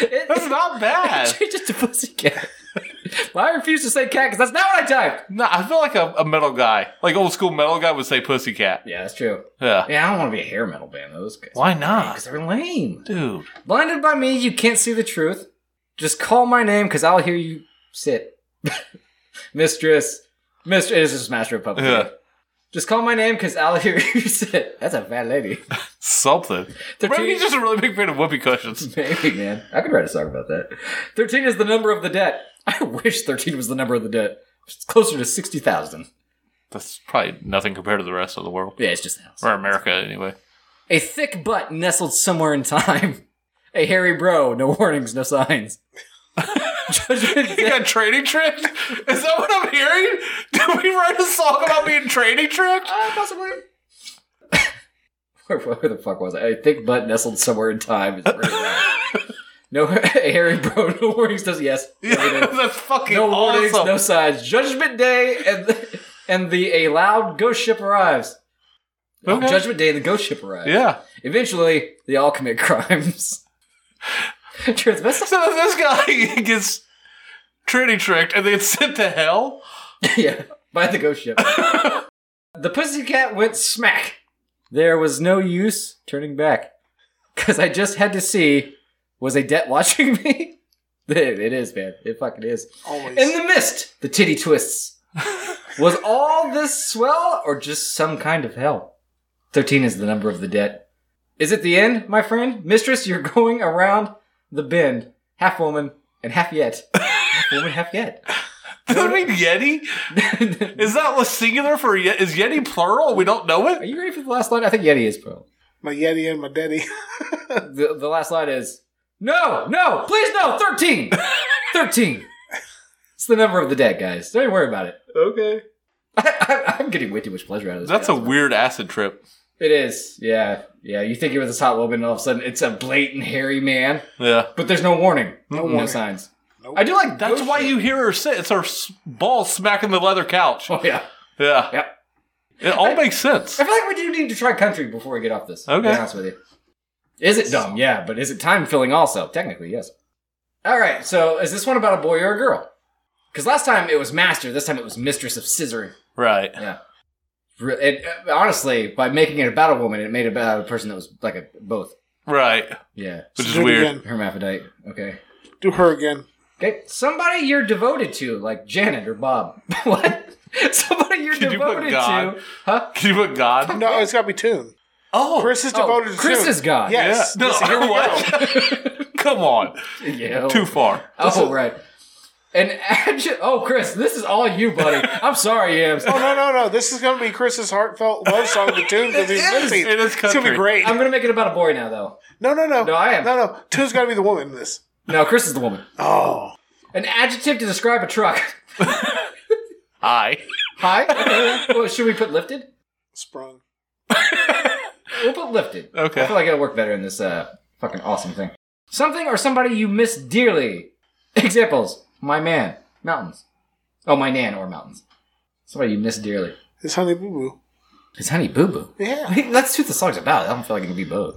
It- That's not bad. Change it to pussycat. well, I refuse to say cat because that's not what I typed. No, I feel like a, a metal guy, like old school metal guy, would say "pussycat." Yeah, that's true. Yeah. Yeah, I don't want to be a hair metal band. though. Those guys. Why not, Because they're lame. dude? Blinded by me, you can't see the truth. Just call my name because I'll hear you sit. Mistress. Mistress is just master of puppet. Yeah. Just call my name because I'll hear you sit. That's a bad lady. Something. They're Maybe too- he's just a really big fan of whoopee cushions. Maybe, man. I could write a song about that. 13 is the number of the debt. I wish 13 was the number of the debt. It's closer to 60,000. That's probably nothing compared to the rest of the world Yeah, it's just a house. or America, anyway. A thick butt nestled somewhere in time. A hairy bro, no warnings, no signs. Judgment You Day. got trading tricked? Is that what I'm hearing? Did we write a song about being trading tricked? Uh, possibly. where, where the fuck was I? A thick butt nestled somewhere in time. Is pretty wild. no, a hairy bro, no warnings, does yes. Yeah, that's fucking No warnings, awesome. no signs. Judgment Day and the, and the a loud ghost ship arrives. Oh, Okay. Judgment Day and the ghost ship arrives. Yeah. Eventually, they all commit crimes. Transvestite. So this guy gets trading tricked and then sent to hell. yeah, by the ghost ship. the pussycat went smack. There was no use turning back. Because I just had to see was a debt watching me? it it is, man. It fucking is. Always. In the mist, the titty twists. was all this swell or just some kind of hell? 13 is the number of the debt. Is it the end, my friend? Mistress, you're going around the bend, half woman and half yet. half woman, half yet. Does that mean Yeti? Is that what's singular for Yeti? Is Yeti plural? We don't know Are it. you ready for the last line? I think Yeti is pro. my Yeti and my Daddy. The, the last line is No, no, please no, 13! 13! It's the number of the dead, guys. Don't even worry about it. Okay. I, I, I'm getting way too much pleasure out of this. That's a guys. weird acid trip. It is, yeah. Yeah, you think it was this hot woman, and all of a sudden it's a blatant hairy man, Yeah. but there's no warning. No Mm-mm. warning signs. Nope. I do like That's ghost why shit. you hear her sit. It's her s- ball smacking the leather couch. Oh, yeah. Yeah. Yeah. It all makes sense. I feel like we do need to try country before we get off this. To Okay. be honest with you. Is it dumb? Yeah, but is it time filling also? Technically, yes. All right, so is this one about a boy or a girl? Because last time it was master, this time it was mistress of scissoring. Right. Yeah. Re- It, uh, honestly, by making it about a woman, it made it about a person that was like a both. Right. Yeah. Which is Do it weird. again. Hermaphrodite. Okay. Do her again. Okay. Somebody you're devoted to, like Janet or Bob. what? Somebody you're Could you put devoted God? to. Huh? Can you put God? No, it's got to be Tune. Oh. Chris is Oh, devoted to Chris Tune. is God. Yeah. Yes. No, This- here we go. what? Come on. Yeah. Too far. Oh, right. And adju- oh, Chris, this is all you, buddy. I'm sorry, Yams. Oh no no no! This is going to be Chris's heartfelt love song to Tune because he's is. missing. It is It's going to country. be great. I'm gonna make it about a boy now, though. No no no No, I am. no no. Tune's got to be the woman in this. No, Chris is the woman. Oh, An adjective to describe a truck. I. Hi. Okay. well, should we put lifted? sprung. We'll put lifted. I Okay. feel like it'll work better in this uh, fucking awesome thing. Something or somebody you miss dearly. Examples: my man, mountains. Oh, my nan or mountains. Somebody you miss dearly. It's Honey Boo Boo. It's Honey Boo Boo. Yeah. Wait, That's what the song's about. I don't feel like it can be both.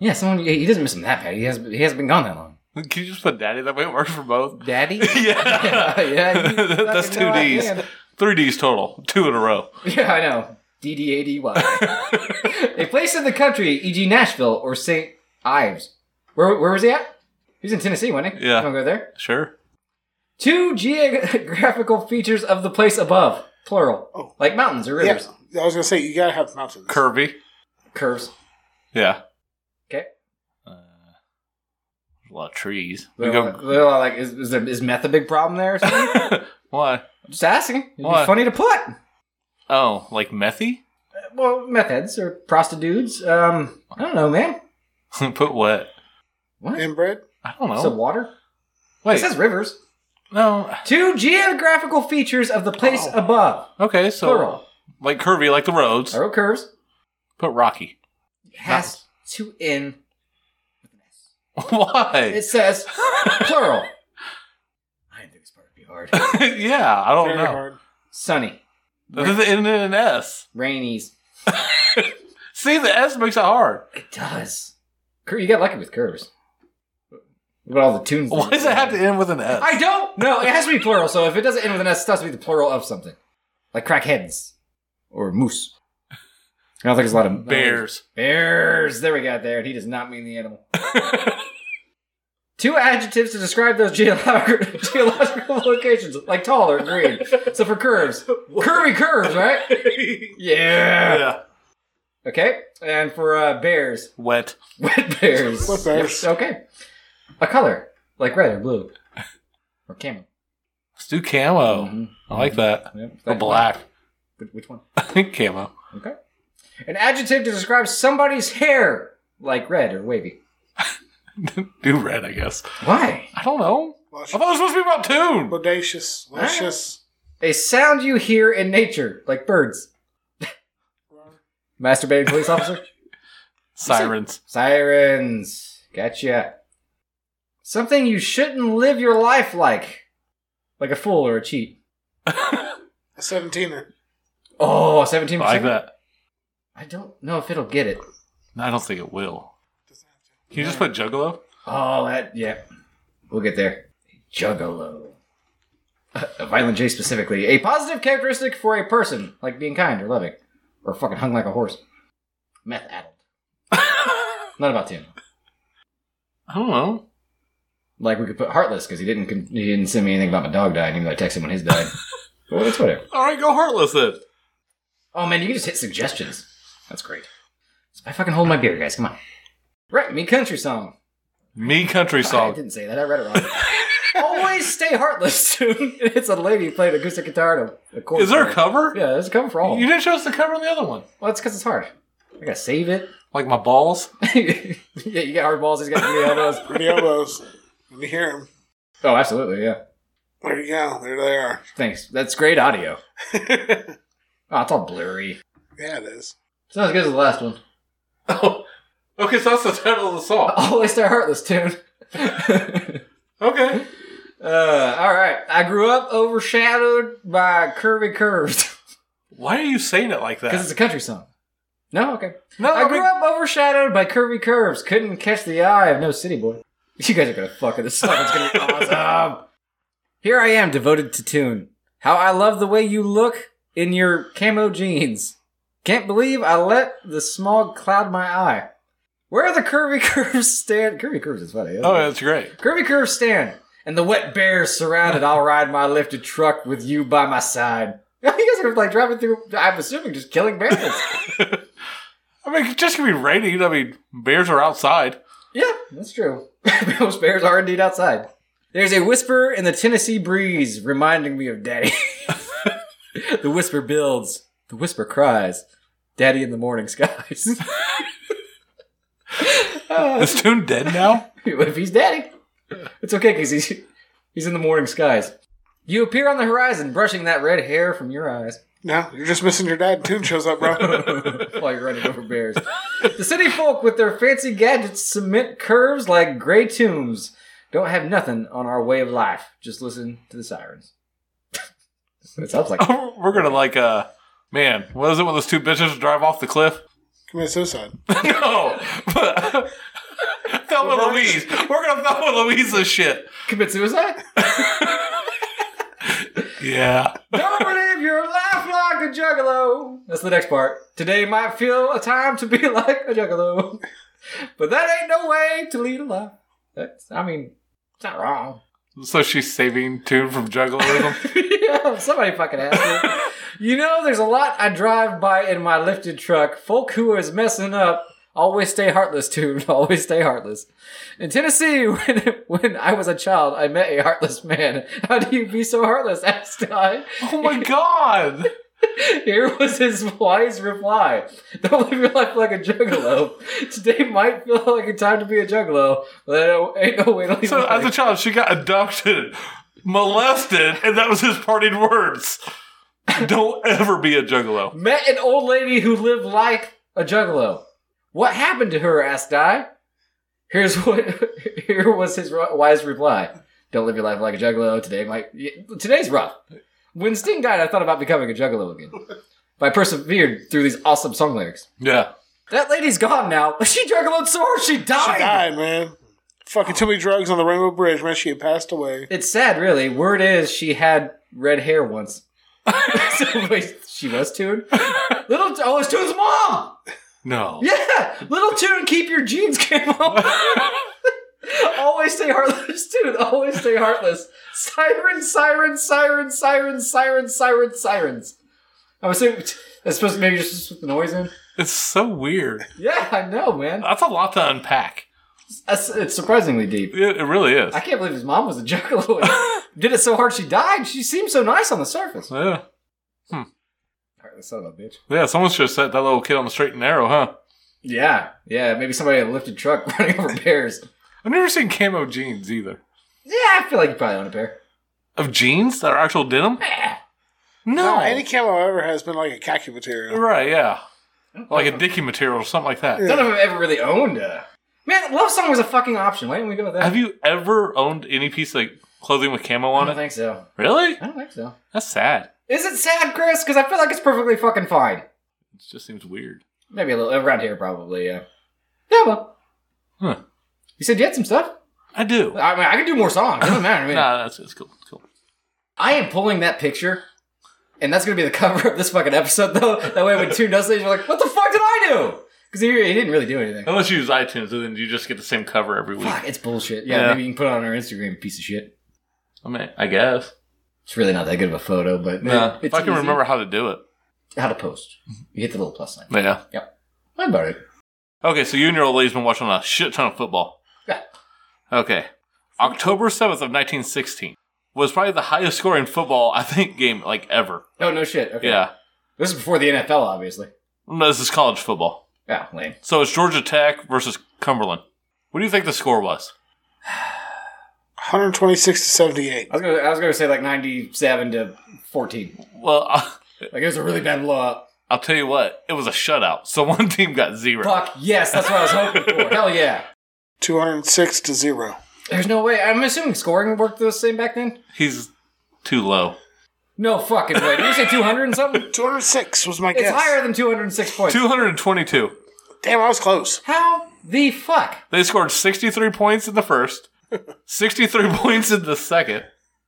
Yeah, someone he he doesn't miss him that bad. He has he hasn't been gone that long. Can you just put daddy that way? It works for both. Daddy? yeah. yeah, you That's fucking two know I D's. can. Three D's total. Two in a row. Yeah, I know. D D A D Y. A place in the country, e.g., Nashville or St. Ives. Where, where was he at? He was in Tennessee, wasn't he? Yeah. Don't go there. sure. Two geographical features of the place above, plural. Oh. Like mountains or Yeah, rivers. I was gonna say you gotta have mountains. Curvy. Curves. Yeah. Okay. Uh, there's a lot of trees. We They're all- go. they're all like, is, is, there, is meth a big problem there? or something? Why? Just asking. It'd be Why? funny to put. Oh, like methy? Well, meth heads or prostitutes. Um, I don't know, man. Put what? What? Inbred. I don't know. So water? It Wait. says rivers. no. Two geographical features of the place Oh. above, Okay. So plural. like curvy, like the roads. I wrote curves. Put rocky. Has to end. Why? It says plural. I didn't think this part would be hard. yeah. I Oh, don't Very know. hard. Sunny, This is in an S. rainies. See, the S makes it hard. It does. Cur- You get lucky with curves. Look at all the tunes. Why does it have to end with an S? I don't know. It has to be plural. So if it doesn't end with an S, it has to be the plural of something, like crackheads or moose. I don't think there's a lot of Bears. Bears. There we got there. He does not mean the animal. Two adjectives to describe those geolog- geological locations, like tall or green. So for curves, curvy curves, right? Yeah. Okay. And for uh, bears, Wet. wet bears. Wet bears. Yep, Okay. A color, like red or blue, or camel. Let's do camo. Mhm. I like that. Yep, Or black. Which- Which one? I think camo. Okay. An adjective to describe somebody's hair, like red or wavy. do red, I guess. Why? I don't know. I Lush, thought it was supposed to be about tune. Bodacious. Luscious. A sound you hear in nature, like birds. Masturbating police officer? Sirens. Sirens. Gotcha. Something you shouldn't live your life like. Like a fool or a cheat. Ah. A seventeener. Oh, 17%. I like that. I don't know if it'll get it. I don't think it will. Can you just put juggalo? Oh, that, yeah. We'll get there. Juggalo. A violent J specifically. A positive characteristic for a person, like being kind or loving, or fucking hung like a horse. Meth addled. Not about Tim. I don't know. Like we could put heartless because he didn't con- he didn't send me anything about my dog dying, even though I texted him when his died. well, it's whatever. All right, go heartless then. Oh man, you can just hit suggestions. That's great. So I fucking hold my beer, guys. Come on. Right, me country song. Me country I song. didn't say that. I read it wrong. Always stay heartless. Tune. It's a lady playing acoustic guitar to a chord. Is there a cover? Yeah, there's a cover for all. of You them. didn't show us the cover on the other one. Well, it's because it's hard. I gotta save it. Like my balls. yeah, you got hard balls. He's got three elbows. Pretty elbows. When you hear them, Oh, absolutely. Yeah. there you go. There they are. Thanks. That's great audio. yeah, Oh, it's all blurry. it is. It's not as good as the last one. Oh. Okay, so that's the title of the song. Always stay heartless tune. Okay. Uh, all right. I grew up overshadowed by curvy curves Why are you saying it like because that? it's a country song. No, okay. No, I grew mean- up overshadowed by curvy curves. Couldn't catch the eye of no city boy. You guys are gonna fuck it. This song is gonna be awesome. Here I am, devoted to tune. How I love the way you look in your camo jeans. Can't believe I let the smog cloud my eye. Where are the curvy curves stand? Curvy curves is funny. isn't Oh, it? that's great. Curvy curves stand, and the wet bears surrounded. I'll ride my lifted truck with you by my side. You guys are like driving through. I'm assuming just killing bears. I mean, it's just gonna be raining. I mean, bears are outside. yeah, that's true. Most bears are indeed outside. There's a whisper in the Tennessee breeze, reminding me of Daddy. the whisper builds. The whisper cries. Daddy in the morning skies. Uh, Is Tune dead now? if he's daddy, it's okay because he's he's in the morning skies. You appear on the horizon, brushing that red hair from your eyes No, you're just missing your dad. Tune shows up, bro. while you're running over bears. The city folk with their fancy gadgets cement curves like gray tombs. Don't have nothing on our way of life. Just listen to the sirens. it sounds like We're gonna like, uh, man, what is it when those two bitches drive off the cliff? Commit suicide. no, but Thelma and Louise. We're gonna Thelma and Louise this shit. Commit suicide? Yeah. Don't live your life like a juggalo. That's the next part. Today might feel a time to be like a juggalo, but that ain't no way to lead a life. That's, I mean, it's not wrong. So she's saving tune from juggleism. yeah, somebody fucking asked me. you know, there's a lot I drive by in my lifted truck. Folk who is messing up always stay heartless, too. Always stay heartless. In Tennessee, when when I was a child, I met a heartless man. How do you be so heartless? Asked I. oh my god. Here was his wise reply. Don't live your life like a juggalo. Today might feel like a time to be a juggalo, but there ain't no way to leave So life. as a child, she got abducted, molested, and that was his parting words. Don't ever be a juggalo. Met an old lady who lived like a juggalo. What happened to her? asked I. Here's what. Here was his ri- wise reply. Don't live your life like a juggalo. Today might. y- Today's rough. When Sting died, I thought about becoming a juggalo again. But I persevered through these awesome song lyrics. Yeah. That lady's gone now. She juggaloed so hard she She died. died, man. Fucking too many drugs on the Rainbow Bridge, man. She had passed away. It's sad, really. Word is she had red hair once. so wait, she was Tune. Little oh, it's Tune's mom. No. Yeah, little tune, keep your jeans came on. Always stay heartless, dude. Always stay heartless. Sirens, sirens, sirens, sirens, sirens, sirens, sirens. I'm assuming that's supposed to maybe just put the noise in. It's so weird. Yeah, I know, man. That's a lot to unpack. That's, it's surprisingly deep. It, it really is. I can't believe his mom was a juggalo. Did it so hard she died. She seemed so nice on the surface. Yeah. Heartless son of a bitch. Yeah, someone should have set that little kid on the straight and narrow, huh? Yeah, yeah. Maybe somebody had a lifted truck running over bears. I've never seen camo jeans either. Yeah, I feel like you probably own a bear. Of jeans that are actual denim? No. No, any camo I've ever has been like a khaki material. right, yeah. Like a dicky material or something like that. None of them ever really owned a. Man, Love Song was a fucking option. Why didn't we go with that? Have you ever owned any piece of clothing with camo I on don't it? think so. Really? I don't think so. That's sad. Is it sad, Chris? Because I feel like it's perfectly fucking fine. It just seems weird. Maybe a little around here, probably. Yeah. Yeah. Well. Huh. You said you had some stuff. I do. Nah, I mean, I can do more songs. It doesn't matter. I mean, that's it's cool. It's cool. I am pulling that picture, and that's gonna be the cover of this fucking episode, though. That way, when Tune does things, you're like, "What the fuck did I do?" Because he, he didn't really do anything. Unless you use iTunes, and then you just get the same cover every week. Fuck, it's bullshit. Yeah, Yeah. maybe you can put it on our Instagram, piece of shit. I mean, I guess. It's really not that good of a photo, but Nah, it's if I can easy. remember how to do it. how to post. Mm-hmm. You hit the little plus sign. Yeah. How about it? Okay, so you and your old lady's been watching a shit ton of football. Yeah. Okay. October 7th of 1916 was probably the highest scoring football, I think, game like ever. Oh no shit. Okay. Yeah. This is before the NFL, obviously. No, this is college football. Yeah, lame. So it's Georgia Tech versus Cumberland. What do you think the score was? 126 to 78. I was gonna I was gonna say like ninety seven to fourteen. Well, I- Like it was a really bad blowout. I'll tell you what, it was a shutout. So one team got zero. Fuck yes, that's what I was hoping for. Hell yeah. 206 to 0. There's no way. I'm assuming scoring worked the same back then. He's too low. No fucking way. Did you say two hundred and something? 206 was my It's guess. higher than two hundred and six points. 222. Damn, I was close. How the fuck? They scored 63 points in the first, 63 points in the second,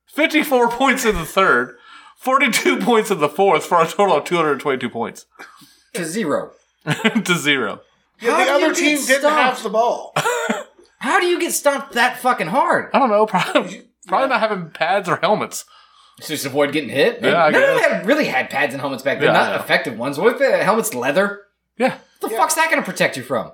54 points in the third, 42 points in the fourth for a total of 222 points To zero. to zero. How Yeah, the do other you get team didn't stomped? have the ball. How do you get stomped that fucking hard? I don't know, probably, probably not having pads or helmets. So just avoid getting hit. Yeah, I None of guess. them really had pads and helmets back then. Yeah, I not know. effective ones. What if the helmet's leather? Yeah, What the fuck's that going to protect you from?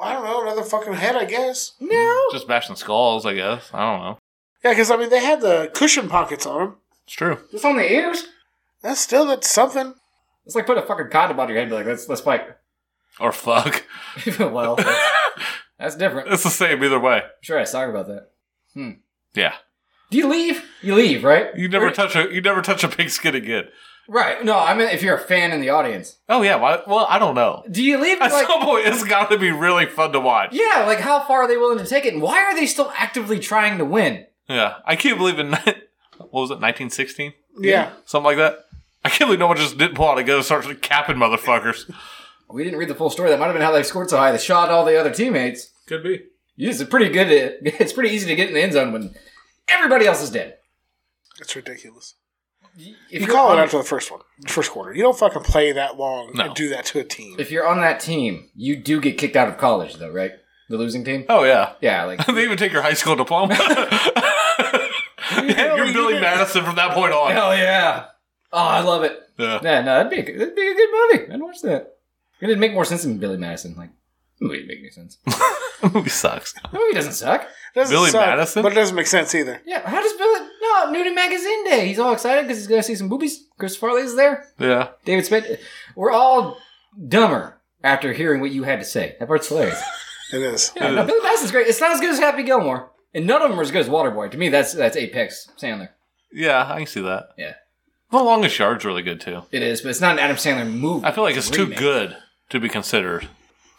I don't know, another fucking head, I guess. No. just bashing skulls, I guess. I don't know. Yeah, because, I mean, they had the cushion pockets on them. It's true. Just on the ears? That's still, that's something. It's like put a fucking condom on your head and be like, let's, let's fight. Or fuck. well, that's, that's different. I'm It's the same either way. sure I sorry about that. Yeah. Do you leave? You leave, right? You never Or- touch a you never touch a pigskin again. Right. No, I mean, if you're a fan in the audience. Oh yeah, why- well I don't know. Do you leave? At Like, some point it's gotta be really fun to watch. yeah, like how far are they willing to take it? And why are they still actively trying to win? Yeah, I can't believe in what was it, nineteen sixteen, Yeah. something like that. I can't believe no one just didn't pull out a gun and start capping motherfuckers. We didn't read the full story. That might have been how they scored so high. They shot all the other teammates. Could be. It's pretty good. to- it's pretty easy to get in the end zone when everybody else is dead. It's ridiculous. If you you're call it on- after the first one, first quarter. You don't fucking play that long No. and do that to a team. If you're on that team, you do get kicked out of college, though, right? The losing team. Oh yeah, Yeah, like they even take your high school diploma. Hell, You're you Billy did- Madison from that point on. hell yeah. Oh, I love it. Yeah. Yeah, no, that'd be a good, that'd be a good movie. I'd watch that. It'd make more sense than Billy Madison. Like, that movie didn't make any sense. That That movie sucks. movie doesn't suck. Doesn't Billy Madison? but it doesn't make sense either. Yeah, how does Billy? No, Nudie Magazine Day. He's all excited because he's gonna see some boobies. Chris Farley's there. Yeah. David Spade. We're all dumber after hearing what you had to say. That part's hilarious. It is. Yeah, no, Billy Madison's great. It's not as good as Happy Gilmore, and none of them are as good as Waterboy. To me, that's that's apex Sandler. Yeah, I can see that. Yeah. The Longest Yard's really good too. It is, but it's not an Adam Sandler movie. I feel like it's too remake. good to be considered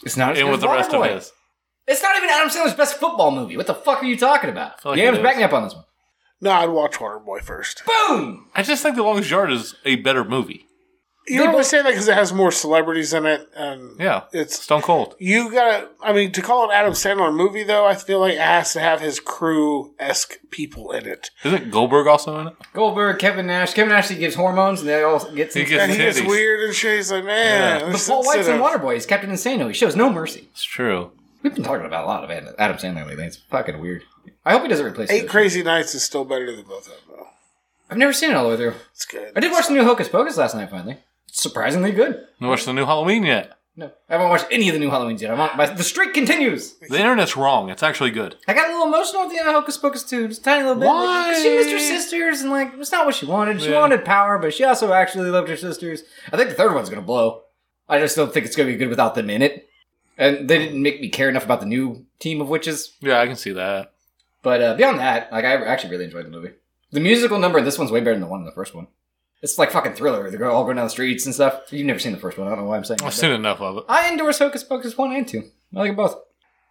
It's not as in good with as the rest of Waterboy. his. It's not even Adam Sandler's best football movie. What the fuck are you talking about? feel like Yam's it is. backing up on this one. No, I'd watch Waterboy first. Boom! I just think The Longest Yard is a better movie. You only say that because it has more celebrities in it, and Yeah. it's Stone Cold. you gotta. I mean, to call it Adam Sandler movie though, I feel like it has to have his crew esque people in it. Isn't Goldberg also in it? Goldberg, Kevin Nash. Kevin Nash he gives hormones and they all get He some. gets- And he gets Titties. weird and shit. He's like, man, Yeah. but this Paul instead White's in of- Waterboy. He's Captain Insano. He shows no mercy. It's true. We've been talking about a lot of Adam Adam Sandler lately. It's fucking weird. I hope he doesn't replace Eight those. Crazy Nights is still better than both of them. Though. I've never seen it all the way through. It's good. I did watch the new Hocus Pocus last night. Finally, it's surprisingly good. You watched the new Halloween yet? No, I haven't watched any of the new Halloweens yet. I'm on, my, the streak continues. The internet's wrong. It's actually good. I got a little emotional at the end of Hocus Pocus 2, just a tiny little bit. Why? Like, She missed her sisters, and like, it's not what she wanted. She Yeah. wanted power, but she also actually loved her sisters. I think the third one's gonna blow. I just don't think it's gonna be good without them in it. And they didn't make me care enough about the new team of witches. Yeah, I can see that. But uh, beyond that, like, I actually really enjoyed the movie. The musical number in this one's way better than the one in the first one. It's like fucking thriller. They're all going down the streets and stuff. You've never seen the first one. I don't know why I'm saying. I've that. seen enough of it. I endorse Hocus Pocus one and two. I like 'em both.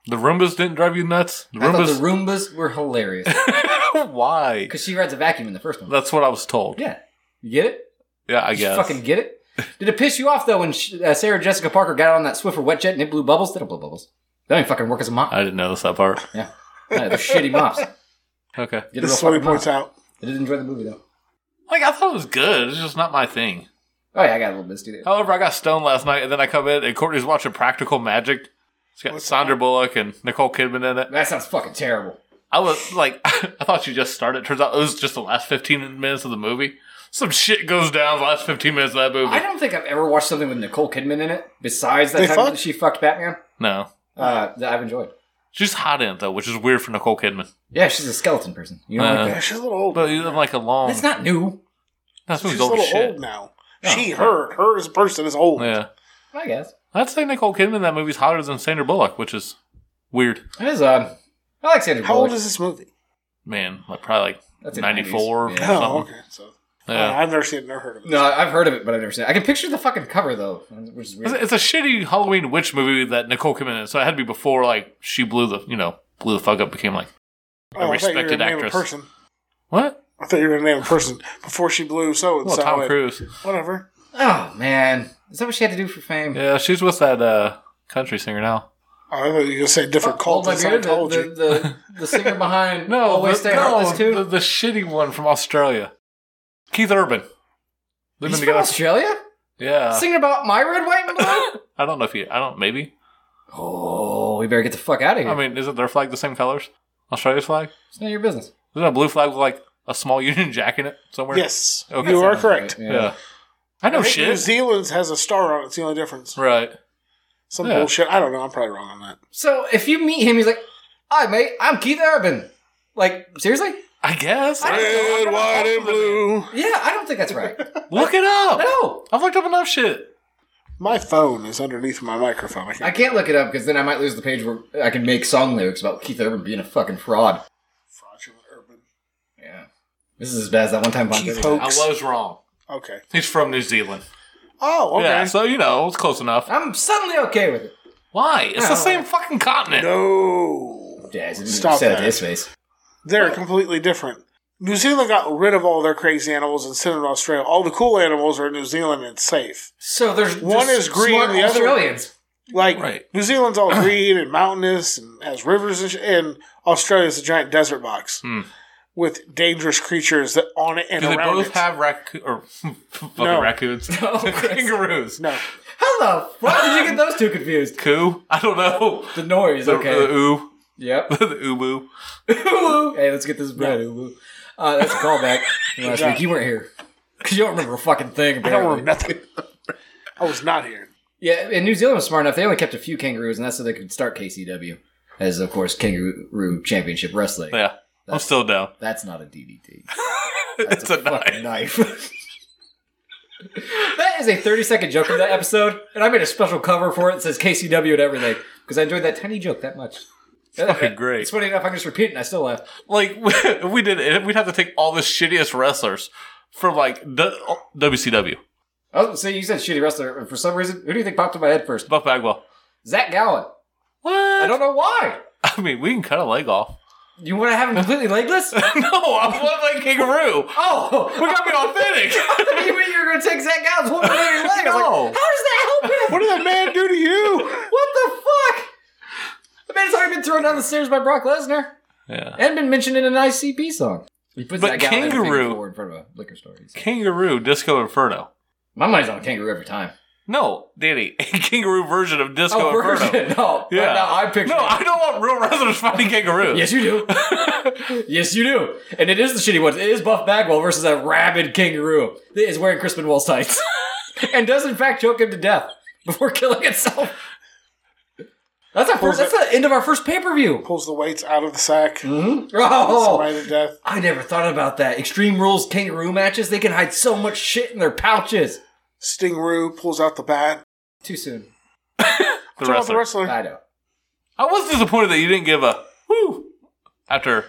The Roombas didn't drive you nuts? The I thought the Roombas. Roombas were hilarious Why? because she rides a vacuum in the first one. That's what I was told. Yeah. You get it? Yeah, I You guess. fucking get it? Did it piss you off, though, when sh uh, Sarah Jessica Parker got on that Swiffer wet jet and it blew bubbles? They don't blow bubbles. They don't even fucking work as a mop. I didn't notice that part. yeah. yeah. They're shitty mops. Okay. Get a This real is what he fucking mop. points out. I did enjoy the movie, though. Like, I thought it was good. It's just not my thing. Oh, yeah, I got a little misty there. However, I got stoned last night, and then I come in, and Courtney's watching Practical Magic. It's got Sandra Bullock and Nicole Kidman in it. That sounds fucking terrible. I was like, I thought she just started. Turns out it was just the last 15 minutes of the movie. Some shit goes down the last 15 minutes of that movie. I don't think I've ever watched something with Nicole Kidman in it besides that They time fuck? that she fucked Batman No. uh, that I've enjoyed. She's hot in it, though, which is weird for Nicole Kidman. Yeah, she's a skeleton person. You know, Uh, like Yeah, that. she's a little old. But even like a long. That's not new, That's she's movie's a old little as shit. old now. She, her, her as a person is old. Yeah. I guess. I'd say Nicole Kidman in that movie's hotter than Sandra Bullock, which is weird. It is odd. I like Sandra How Bullock. old is this movie? Man, like probably like That's in the 94 90s. or Yeah. something. Oh, okay. So Yeah. I've never seen it, never heard of it. Oh, No, I've heard of it, but I've never seen it. I can picture the fucking cover, though, which is weird. It's a- It's a shitty Halloween witch movie that Nicole Kidman in, so it had to be before like she blew the you know blew the fuck up, became like Oh, I thought you were respected gonna name actress. A person. what? I thought you were going to name a person before she blew so and Well, so. Tom and- Cruise. Whatever. Oh man, is that what she had to do for fame? Yeah, she's with that uh, country singer now. Oh, I thought you were going to say different Hold cult my in beer, the, Scientology. the, the, the singer behind no, Always the, Stay Heartless the, too. the shitty one from Australia, Keith Urban. He's They've been from together. Uh. Australia, Yeah, singing about my red, white, and blue. I don't know if you. I don't. Maybe. oh, we better get the fuck out of here. I mean, isn't their flag the same colors? Australia's flag. it's none of your business. Isn't a blue flag with like a small Union Jack in it somewhere? yes. Okay. You are Sounds right, correct. Yeah. I know I think New shit. Zealand's has a star on it. It's the only difference. Right. Some Yeah. bullshit. I don't know. I'm probably wrong on that. So if you meet him, he's like, "Hi, mate, I'm Keith Urban." Like seriously? I guess. I don't Red, know. white, and blue. Yeah, I don't think that's right. Look it up. no, I've looked up enough shit. My phone is underneath my microphone. I I can't. can't look it up because then I might lose the page where I can make song lyrics about Keith Urban being a fucking fraud. Fraudulent urban. Yeah, this is as bad as that one time. Bon Keith Jovi. Hope. I was wrong. Okay. He's from New Zealand. Oh, okay. Yeah, so you know it's close enough. I'm suddenly okay with it. Why? It's the No. same fucking continent. no. Yeah, it's Stop said it that. to his face. They're completely different. New Zealand got rid of all their crazy animals and sent them to Australia. All the cool animals are in New Zealand and it's safe. So there's One just is green, smart the other- Australians. Like Right. New Zealand's all green and mountainous and has rivers and, sh- and Australia's a giant desert box with dangerous creatures that on it and Do they around both it. have raccoon or fucking No. raccoons? kangaroos. no. How the fuck did you get those two confused? Coo? I don't know. The noise, The, the uh, okay. ooh, Yep. the ubu. hey, let's get this bread. Ubu. Uh, that's a callback from last Yeah. week. You weren't here. Because you don't remember a fucking thing, I don't apparently. remember nothing. I was not here. Yeah, and New Zealand was smart enough. They only kept a few kangaroos, and that's so they could start KCW. As, of course, Kangaroo Championship Wrestling. Yeah, I'm still down. That's not a DDT. It's a fucking knife. knife. that is a 30 second joke from that episode, and I made a special cover for it that says KCW and everything because I enjoyed that tiny joke that much. Uh, fucking great. It's funny enough, I can just repeat it and I still laugh. Like if we did it, we'd have to take all the shittiest wrestlers from like D- WCW. Oh, so you said shitty wrestler. and For some reason, who do you think popped in my head first? Buck Bagwell. Zach Gowan. What? I I, don't know why. mean, we can cut a leg off. You want to have him completely legless? no, I want like kangaroo. Oh, We gotta be authentic. you mean you were going to take Zach Gowan's one remaining leg? I was No. like, how does that help him? What did that man do to you? What the fuck? The man's already been thrown down the stairs by Brock Lesnar. yeah. and been mentioned in an ICP song. He puts But that guy on Kangaroo- everything forward in front of a liquor store. He's- Kangaroo Disco Inferno. My money's on Kangaroo every time. No, Danny, a kangaroo version of Disco Oh, Inferno. version. No, yeah. Yeah. now I picture. No, I don't want real wrestlers fighting kangaroos. Yes, you do. yes, you do. And it is the shitty one. It is Buff Bagwell versus a rabid kangaroo that is wearing Crispin Walls tights and does in fact choke him to death before killing itself. That's our first, That's the end of our first pay per view. Pulls the weights out of the sack. Mm-hmm. Oh, Somebody to death. I never thought about that. Extreme Rules kangaroo matches. They can hide so much shit in their pouches. Stingroo pulls out the bat. Too soon. the Talk about wrestler. the wrestler. I know. I was disappointed that you didn't give a whoo after,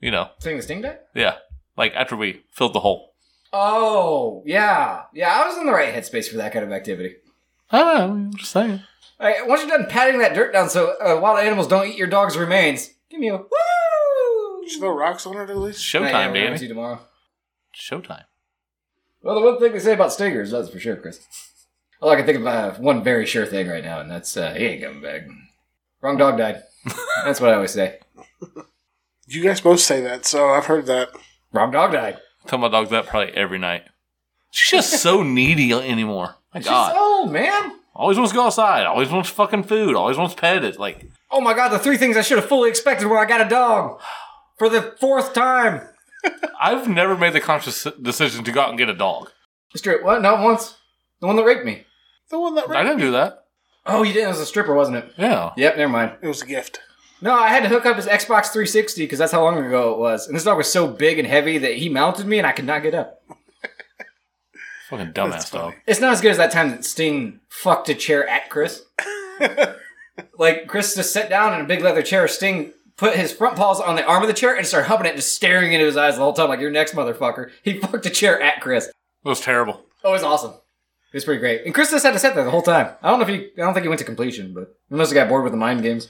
you know, Sing the Sting Day? yeah, like after we filled the hole. Oh, yeah. Yeah, I was in the right headspace for that kind of activity. I don't know. I'm just saying. All right, once you're done patting that dirt down so uh, wild animals don't eat your dog's remains, give me a woo! Did you throw rocks on it at It's least? Nah, yeah, we're showtime, gonna see Danny. you tomorrow. Showtime. Well, the one thing they say about stingers, that's for sure, Chris. All I can think of uh, one very sure thing right now, and that's uh, he ain't coming back. Wrong dog died. that's what I always say. You guys both say that, so I've heard that. Wrong dog died. Tell my dog that probably every night. She's just so needy anymore. My God. She's old, man. always wants to go outside. Always wants fucking food. Always wants petted. Like, Oh my god, the three things I should have fully expected where I got a dog for the fourth time. I've never made the conscious decision to go out and get a dog. Straight, what? Not once. The one that raped me. The one that I didn't do that. Oh, you didn't. It was a stripper, wasn't it? Yeah. Yep, never mind. It was a gift. No, I had to hook up his Xbox 360 because that's how long ago it was. And this dog was so big and heavy that he mounted me and I could not get up. Fucking That's dumbass dog. funny. It's not as good as that time that Sting fucked a chair at Chris. like, Chris just sat down in a big leather chair. Sting put his front paws on the arm of the chair and started humping it, just staring into his eyes the whole time, like, you're next, motherfucker. He fucked a chair at Chris. It was terrible. Oh, it was awesome. It was pretty great. And Chris just had to sit there the whole time. I don't know if he, I don't think he went to completion, but he must have got bored with the mind games.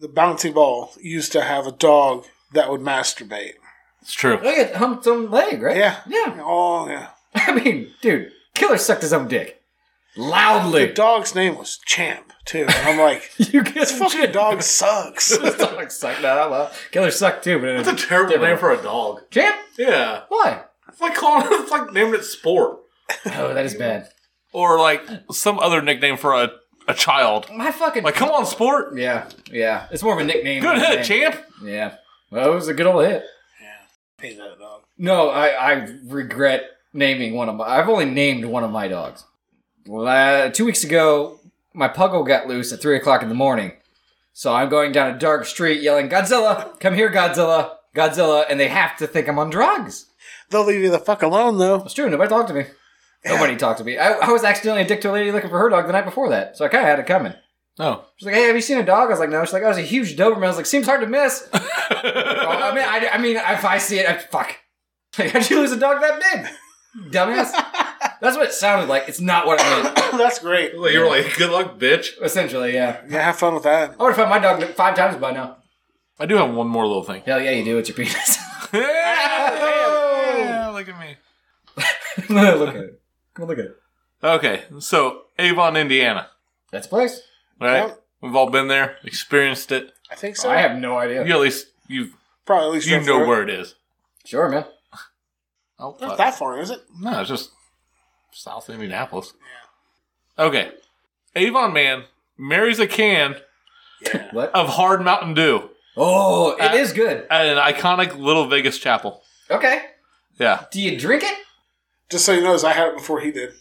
The bouncy ball used to have a dog that would masturbate. It's true. Look at humped some leg, right? Yeah. Yeah. Oh, yeah. I mean, dude, Killer sucked his own dick. The Loudly. dog's name was Champ, too. And I'm like, you get this fucking dog sucks. This dog sucked. Nah, well, Killer sucked too, but it That's a terrible name for a dog. Champ? Yeah. Why? It's like calling it's like naming it sport. Oh, that is bad. Or like some other nickname for a, a child. My fucking. Like, come on, sport. yeah, yeah. It's more of a nickname. Good than a hit, name. champ. Yeah. Well, it was a good old hit. Hey, that dog. No, I, I regret naming one of my. I've only named one of my dogs. La two weeks ago, my puggle got loose at three o'clock in the morning, so I'm going down a dark street yelling, "Godzilla, come here, Godzilla, Godzilla!" And they have to think I'm on drugs. They'll leave you the fuck alone, though. It's true. Nobody talked to me. Nobody talked to me. I, I was accidentally a dick to a lady looking for her dog the night before that, so I kind of had it coming. No. She's like, "Hey, have you seen a dog?" I was like, "No." She's like, "Oh, it's a huge Doberman." I was like, "Seems hard to miss." Well, Oh, I mean, I, I mean, if I see it, I, fuck. Like, how'd you lose a dog that big, dumbass? That's what it sounded like. It's not what it meant. That's great. You were like, good luck, bitch. Essentially, yeah. Yeah, have fun with that. I would have found my dog five times by now. I do have one more little thing. Hell yeah, you do. It's your penis. yeah, look at me. look at it. Come on, look at it. Okay, so Avon, Indiana. That's the place. Right? Yep. We've all been there, experienced it. I think so. I have no idea. You at least you Probably at least Oh, you that know far. where it is. Sure, man. Oh, Not fuck. that far, is it? No, it's just South Indianapolis. Okay. Avon Man marries a can Yeah. What? of hard Mountain Dew Oh, it Uh, is good. at an iconic Little Vegas chapel. Okay. Yeah. Do you drink it? Just so you know, I had it before he did.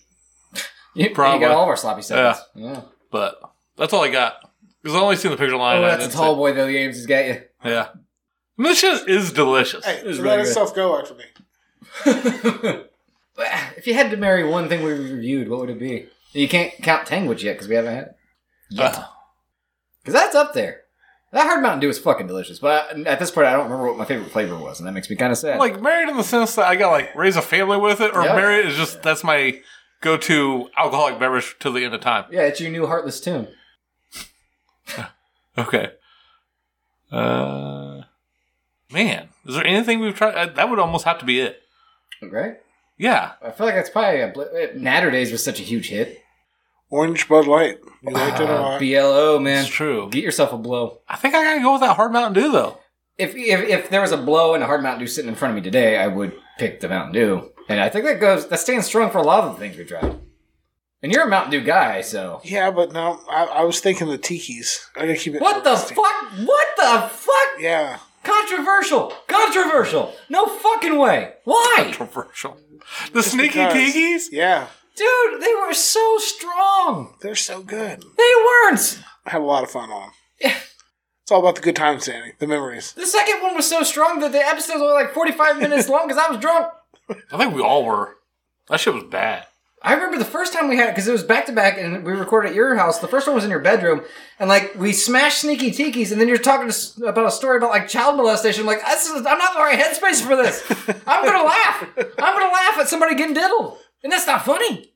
You, you Probably. got all of our sloppy seconds. Yeah. But that's all I got. Because I only seen the picture line. Oh, I that's a didn't tall boy Williams has got you. see- Yeah. I mean, this shit is delicious. Uh, Hey, was let really good. itself go after me. if you had to marry one thing we reviewed, what would it be? You can't count Tangwich yet because we haven't had it. Uh, Because that's up there. That hard Mountain Dew is fucking delicious, but I, at this point, I don't remember what my favorite flavor was, and that makes me kind of sad. like married in the sense that I gotta like raise a family with it, or Yeah. marry it is just that's my go to alcoholic beverage till the end of time. yeah, it's your new heartless tune. Okay. Uh, man, is there anything we've tried? Uh, that would almost have to be it. Right? Yeah. I feel like that's probably a. Bl- Natter Days was such a huge hit. Orange Bud Light. You liked it a Ah, lot. BLO, man. Uh, It's true. Get yourself a blow. I think I gotta go with that hard Mountain Dew though. if, if if there was a blow and a hard Mountain Dew sitting in front of me today, I would pick the Mountain Dew, and I think that goes that stands strong for a lot of the things we tried. And you're a Mountain Dew guy, so yeah, but no, I, I was thinking the tiki's. I gotta keep it. what the fuck? What the fuck? Yeah. Controversial, controversial. No fucking way. Why, Controversial. The sneaky Because- tikis. Yeah. dude? They were so strong. They're so good. They weren't. I had a lot of fun on them. Yeah. It's all about the good times, Danny. The memories. The second one was so strong that the episodes were like 45 minutes long because I was drunk. I think we all were. That shit was bad. I remember the first time we had it because it was back to back, and we recorded at your house. The first one was in your bedroom, and like we smashed sneaky tikis, and then you're talking to, s- about a story about like child molestation. I'm like, this is, I'm not in the right headspace for this. I'm gonna laugh. I'm gonna laugh at somebody getting diddled, and that's not funny.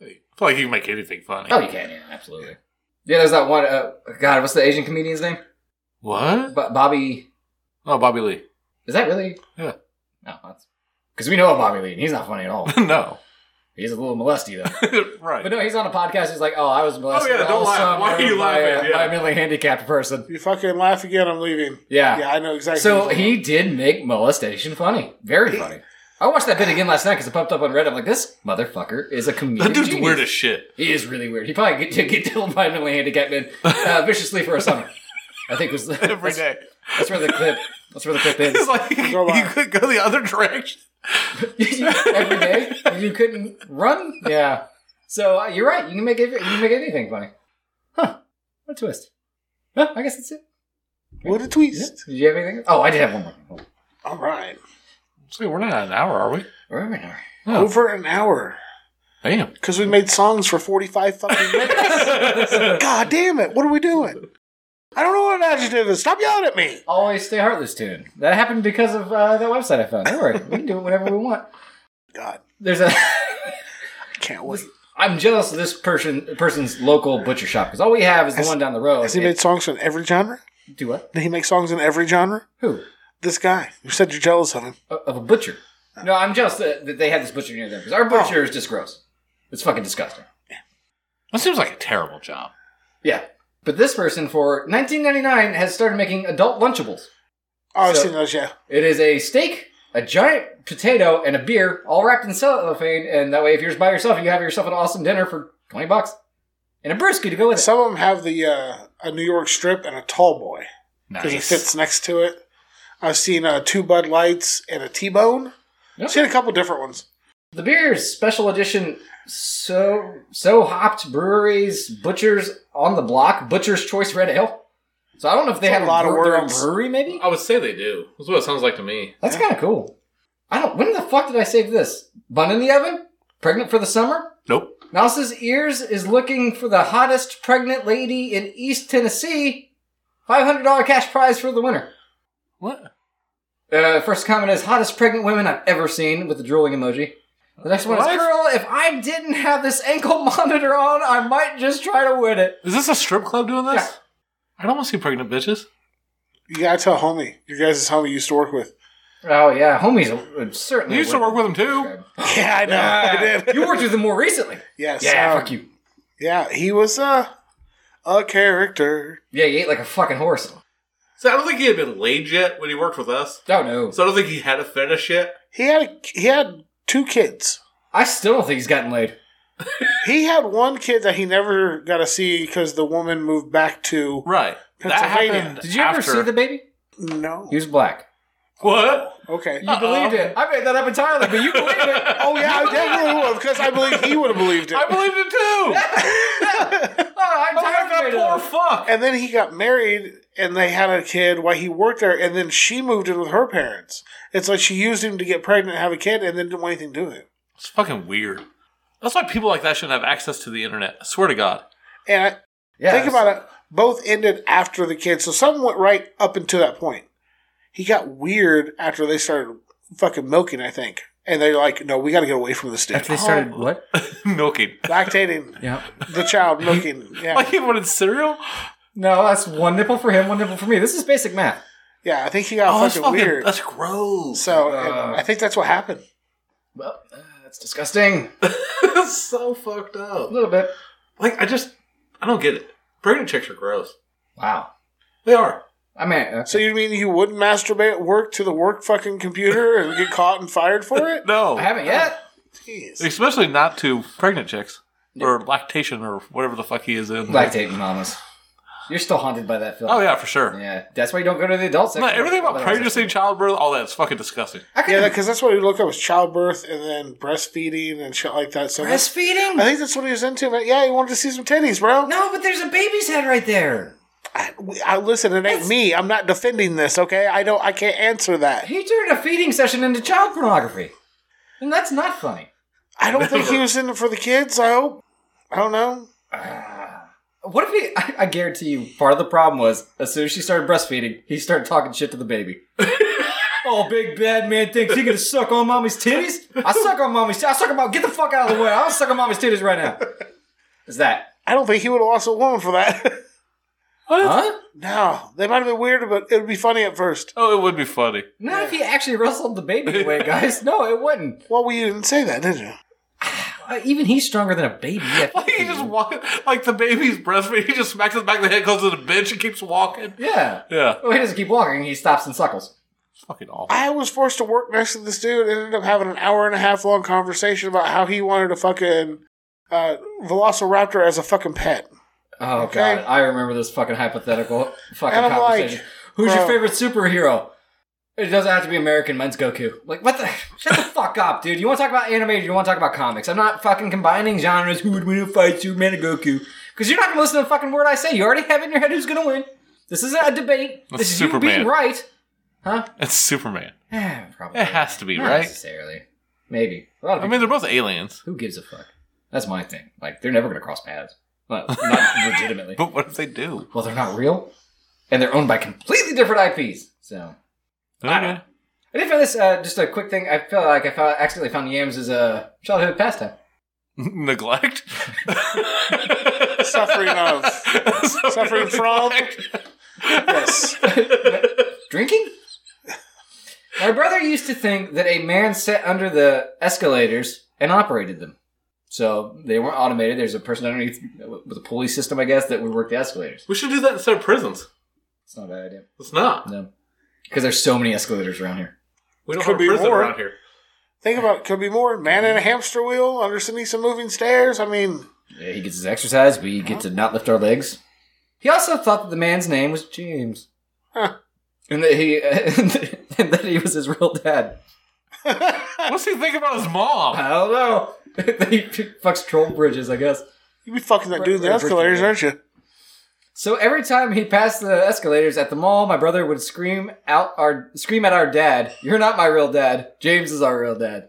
I feel like you can make anything funny. Oh, you can, yeah, absolutely. Yeah, there's that one. Uh, God, what's the Asian comedian's name? What? Bo- Bobby. Oh, Bobby Lee. Is that really? Yeah. No, that's because we know of Bobby Lee, and he's not funny at all. no. He's a little molesty though. right. But uh, no, he's on a podcast. He's like, "Oh, I was molested. Oh, yeah, don't also laugh. Why are you by, uh, laughing? Yeah. By a mentally handicapped person." You fucking laugh again, I'm leaving. Yeah. Yeah, I know exactly. So what you're he did make molestation funny, very funny. I watched that bit again last night because it popped up on Reddit. I'm like, "This motherfucker is a comedian." that dude's genius. weird as shit. He is really weird. He probably get, get killed by a mentally handicapped man uh, viciously for a summer. I think was the, Every that's, day. That's where the clip. That's where the clip is. It's like you on. could go the other direction. Every day you couldn't run. Yeah. So uh, you're right. You can make it, you can make anything funny. Huh? What a twist. Huh, I guess that's it. doing. What a twist. Did you have anything? Oh, I did have one more. Hold on. All right. See, we're not at an hour, are we? Where am I now? Oh. Over an hour. Damn. Because we made songs for 45 fucking minutes. God damn it. What are we doing? I don't know what an adjective is. Stop yelling at me. Always stay heartless tuned. That happened because of uh, that website I found. Don't worry, we can do it whenever we want. God, There's a. I can't wait. I'm jealous of this person person's local butcher shop because all we have is the one down the road. Has he made songs in every genre? It- do what? Did he make songs in every genre? Who? This guy. You said you're jealous of him. O- Of a butcher. No, I'm jealous that, that they had this butcher near them because our butcher is just gross. It's fucking disgusting. That seems like a terrible job. Yeah, but this person for 19.99 has started making adult lunchables. Oh, I've So- seen those, yeah. It is a steak, a giant potato, and a beer, all wrapped in cellophane. And that way, if you're just by yourself, you have yourself an awesome dinner for twenty bucks, and a brewski to go with it. Some of them have the uh, a New York strip and a tall boy because Nice. it fits next to it. I've seen uh, two Bud Lights and a T Bone. I've seen a couple different ones. The beer is special edition. So so hopped breweries, butchers on the block, butcher's choice red ale. So I don't know if they That's a have a lot of brew- their own words. Oh, brewery. Maybe I would say they do. That's what it sounds like to me. that's kind of cool. I don't. When the fuck did I save this? Bun in the oven. Pregnant for the summer. Nope. Mouse's Ears is looking for the hottest pregnant lady in East Tennessee. $500 cash prize for the winner. What? Uh, first comment is hottest pregnant women I've ever seen with the drooling emoji. The next one is What? girl, if I didn't have this ankle monitor on, I might just try to win it. Is this a strip club doing this? Yeah. I don't want to see pregnant bitches. You gotta tell homie. Your guys' homie you used to work with. Oh yeah, homies would certainly. You used to work with them too. Yeah, I know. I did. you worked with them more recently. Yes. Yeah, um, fuck you. Yeah, he was. uh a character. Yeah, he ate like a fucking horse. So I don't think he had been laid yet when he worked with us. Don't know. So I don't think he had a fetish yet. He had a, he had two kids. I still don't think he's gotten laid. He had one kid that he never got to see because the woman moved back to Right. That Pennsylvania. happened. Did you after. ever see the baby? no. He was black. What? Okay. You believed it. I made that up entirely, but you believed it. Oh yeah, I definitely would have because I believe he would have believed it. I believed it too. Oh, I oh, entirely that made it poor up. fuck. And then he got married and they had a kid while he worked there and then she moved in with her parents. It's like she used him to get pregnant and have a kid and then didn't want anything to do with it. It's fucking weird. That's why people like that shouldn't have access to the internet. I swear to God. And I, Yeah, think about it, both ended after the kid. So something went right up until that point. He got weird after they started fucking milking, I think. And they're like, no, we got to get away from this dude. After they started what? Milking. Lactating Uh, Yeah. the child, milking. Yeah. Like he wanted cereal? No, that's one nipple for him, one nipple for me. This is basic math. Yeah, I think he got Oh, that's fucking, fucking weird. That's Uh. gross. So and I think that's what happened. Well, uh, that's disgusting. That's so fucked A up. little bit. Like I just I don't get it. Pregnant chicks are gross. Wow. They are. I mean, uh, So you mean you wouldn't masturbate at work to the work fucking computer and get caught and fired for it? No. I haven't yet. Jeez. Especially not to pregnant chicks. Or lactation or whatever the fuck he is in. Lactating mamas. You're still haunted by that film. Oh yeah, for sure. Yeah, that's why you don't go to the adult section. No, everything about Otherwise- pregnancy, childbirth, all that's fucking disgusting. I could Yeah, because that's what he looked up was childbirth and then breastfeeding and shit like that. So that's- breastfeeding. I think that's what he was into. Man. Yeah, he wanted to see some titties, bro. No, but there's a baby's head right there. I, I- listen, it ain't me. I'm not defending this. Okay, I don't. I can't answer that. He turned a feeding session into child pornography, and that's not funny. I don't think he was in it for the kids. I hope. I don't know. What if he? I, I guarantee you, part of the problem was as soon as she started breastfeeding, he started talking shit to the baby. oh, big bad man thinks he gonna suck on mommy's titties. I suck on mommy's. T- I suck on mom. Get the fuck out of the way. I'll suck on mommy's titties right now. Is that? I don't think he would have lost a woman for that. Huh? no, they might have been weird, but it would be funny at first. Oh, it would be funny. Not if he actually wrestled the baby away, guys. No, it wouldn't. Well, we didn't say that, did you? Uh, even he's stronger than a baby. Yeah, Like he just walk like the baby's breastfeeding. He just smacks his back of the head, goes to the bench, and keeps walking. yeah. Yeah, Well, he doesn't keep walking. He stops and suckles. it's fucking awful. I was forced to work next to this dude and ended up having an hour and a half long conversation about how he wanted a fucking uh, Velociraptor as a fucking pet. Oh Okay. god, I remember this fucking hypothetical fucking And I'm like, conversation. Who's your bro. favorite superhero? It doesn't have to be American. Mine's Goku. Like what the? Shut the fuck up, dude. You want to talk about anime? Or you want to talk about comics? I'm not fucking combining genres. Who would win in a fight, Superman or Goku? Because you're not gonna listen to the fucking word I say. You already have it in your head who's gonna win. This isn't a debate. That's this is Superman. you being right. Huh? It's Superman. Eh, Probably. It has to be Not right. necessarily. Maybe. A lot of I people, mean, they're both aliens, who gives a fuck? That's my thing. Like, they're never going to cross paths. Well, not legitimately. but what if they do? Well, they're not real, and they're owned by completely different IPs. So, I don't know. I did find this, uh, just a quick thing. I feel like I found, accidentally found yams as a childhood pastime. Neglect. Suffering of. Suffering from. neglect. Yes. Drinking? My brother used to think that a man sat under the escalators and operated them. So they weren't automated. There's a person underneath with a pulley system, I guess, that would work the escalators. We should do that instead of prisons. It's not a bad idea. It's not. No. Because there's so many escalators around here. We don't Could have a be prison more. around here. Think about it. Could be more. Man in a hamster wheel underneath some moving stairs. I mean, Yeah, he gets his exercise. We get to not lift our legs. He also thought that the man's name was James. Huh. And that he and that he was his real dad. What's he think about his mom? I don't know. he fucks troll bridges, I guess. you'd be fucking that dude in the escalators, aren't you? So every time he passed the escalators at the mall, my brother would scream out our scream at our dad, "You're not my real dad. James is our real dad."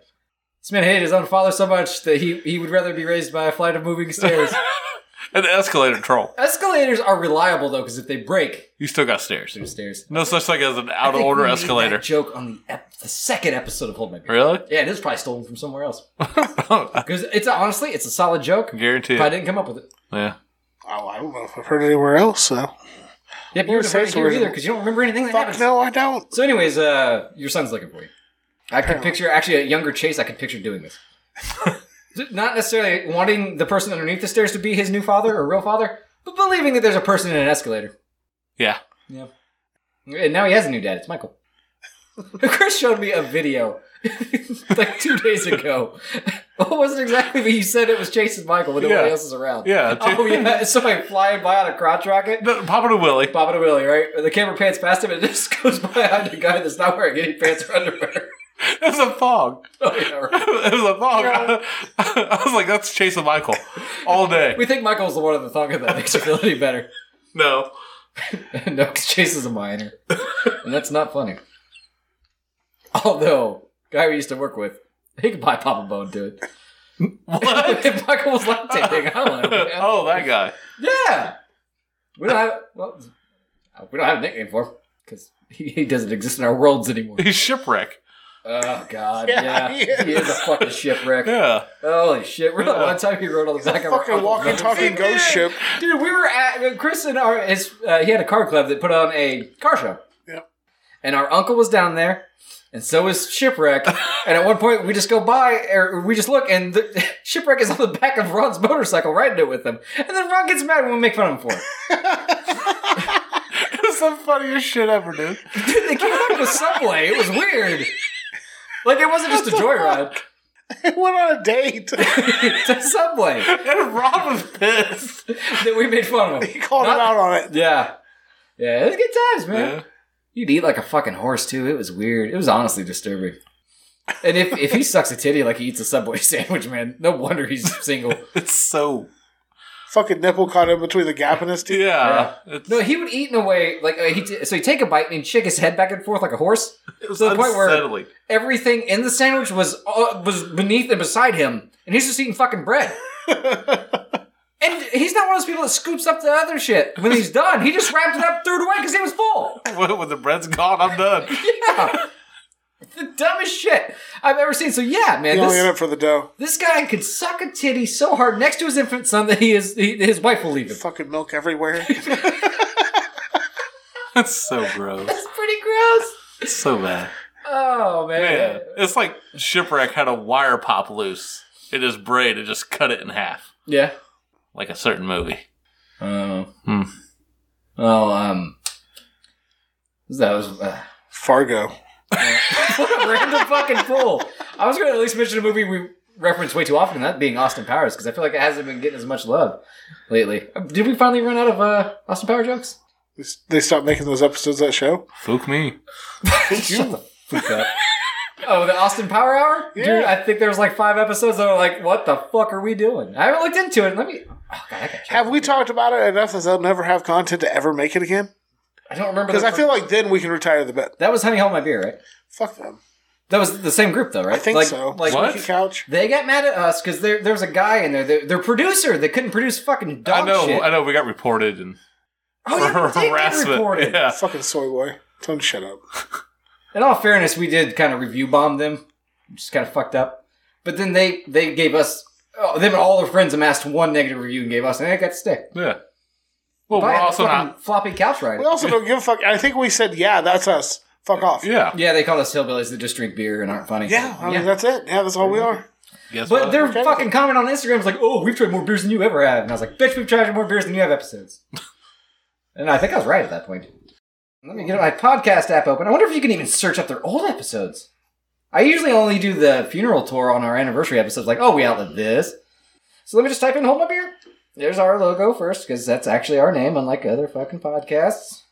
This man hated his own father so much that he, he would rather be raised by a flight of moving stairs. An escalator troll. escalators are reliable though, because if they break, You still got stairs. they're stairs. No such thing as an I out of think order we made escalator. that joke on the ep- the second episode of Hold My Beer. Really? Yeah, it is probably stolen from somewhere else. Because it's a, honestly, it's a solid joke. But Guaranteed. I didn't come up with it. Yeah. Oh, I don't know if I've heard it anywhere else. So Yeah, but you would have say heard it it's here either original. because you don't remember anything that fuck happened. no, I don't. So, anyways, uh, your son's looking for you. I could picture actually a younger Chase. I could picture doing this, not necessarily wanting the person underneath the stairs to be his new father or real father, But believing that there's a person in an escalator. Yeah. Yep. And now he has a new dad. It's Michael. Chris showed me a video like two days ago. Well, it wasn't exactly what you said it was chasing Michael when nobody Yeah. else is around. Yeah. Oh, yeah. It's somebody flying by on a crotch rocket. No, Papa to Willie. Bobbin and Willie, right? The camera pans past him and it just goes by on the guy that's not wearing any pants or underwear. It was a fog. Oh, yeah, right. It was a fog. I was like, that's chasing Michael all day. We think Michael's the one in the thong if that makes you feel any better. No. no, because Chase is a minor. and that's not funny. Although, guy we used to work with, he could buy Papa Bone to it. What? if Michael was lactating, I don't know. man. oh, that guy. Yeah! We don't have, well, we don't have a nickname for him because he, he doesn't exist in our worlds anymore. He's shipwreck. Oh, God. Yeah, Yeah. he is. He is a fucking shipwreck. Yeah. Holy shit! Remember the one time he wrote on the back of our Fucking walking, talking ghost ship. Dude, we were at Chris and our his, uh, he had a car club that put on a car show. Yeah. And our uncle was down there, and so was shipwreck. and at one point, we just go by, or we just look, and the, shipwreck is on the back of Ron's motorcycle riding it with him. And then Ron gets mad when we make fun of him for it. It was the funniest shit ever, dude. Dude, they came up with Subway. It was weird. Like it wasn't just a joyride. They went on a date. It's a Subway And Rob was pissed. that we made fun of him. he called him out on it. Yeah. Yeah, it was good times, man. Yeah. You'd eat like a fucking horse too. It was weird. It was honestly disturbing. And if, if he sucks a titty like he eats a Subway sandwich, man, no wonder he's single. It's so. Fucking nipple caught in between the gap in his teeth. Yeah. It's, No, he would eat in a way like uh, he t- so he'd take a bite and he'd shake his head back and forth like a horse. it was to the point where- unsettling. Everything in the sandwich was uh, was beneath and beside him, and he's just eating fucking bread. and he's not one of those people that scoops up the other shit when he's done. He just wrapped it up, threw it away because it was full. When, when the bread's gone, I'm done. Yeah. the dumbest shit I've ever seen. So yeah, man, He this, only in it for the dough. This guy could suck a titty so hard next to his infant son that he is he, his wife will leave him. Fucking milk everywhere. That's so gross. That's pretty gross. It's so bad. Oh man. Yeah. It's like Shipwreck had a wire pop loose in his braid and just cut it in half, Yeah. like a certain movie. Oh. Hmm. Oh um. That was uh, Fargo. what a random fucking pull. I was going to at least mention a movie we reference way too often, and that being Austin Powers, because I feel like it hasn't been getting as much love lately. Uh, Did we finally run out of uh, Austin Power jokes? They s- They stopped making those episodes of that show. Fook me. Shut the fuck up. Oh, the Austin Power Hour? Dude, Yeah. I think there was like five episodes that were like, what the fuck are we doing? I haven't looked into it. Let me. Oh, God, I, gotta check. Have we talked about it enough that they'll never have content to ever make it again? I don't remember. Because the- I feel like then we can retire the bet. That was Honey Hold My Beer, right? Fuck them. That was the same group, though, right? I think like, so. Like, What? Squeaky couch. They got mad at us because there, there was a guy in there, their, their producer, that couldn't produce fucking dog I know. shit. I know. We got reported and oh, yeah, for they did harassment. report it. Yeah. Fucking soy boy. Don't shut up. In all fairness, we did kind of review bomb them, just kind of fucked up. But then they they gave us oh, them and all their friends amassed one negative review and gave us, and it got to stick. Yeah. Well, Buy we're a also fucking not. floppy couch rider. We also don't give a fuck. I think we said, yeah, that's us. Fuck off. Yeah. Yeah, they call us hillbillies that just drink beer and aren't funny. Yeah, I mean, Yeah. that's it. Yeah, that's all we are. Guess But what? their Okay. fucking comment on Instagram is like, "Oh, we've tried more beers than you ever have," and I was like, "Bitch, we've tried more beers than you have episodes." and I think I was right at that point. Let me get my podcast app open. I wonder if you can even search up their old episodes. I usually only do the funeral tour on our anniversary episodes, like, "Oh, we outlived this." So let me just type in "Hold My Beer." There's our logo first, because that's actually our name, unlike other fucking podcasts.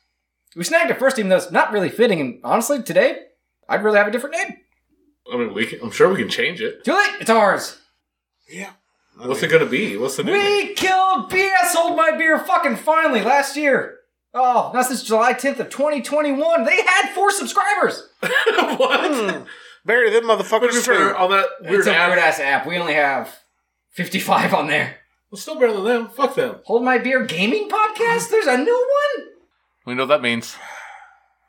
We snagged it first, even though it's not really fitting. And honestly, today, I'd really have a different name. I mean, we can, I'm sure we can change it. Too late. It's ours. Yeah. What's it going to be? What's the We killed beer. I sold my beer fucking finally last year. Oh, not since July 10th of 2021. They had four subscribers. what? Bury them motherfuckers too. on that Hmm, it's a weird ass app. We only have 55 on there. Well, still better than them. Fuck them. Hold my beer gaming podcast. There's a new one. We know what that means.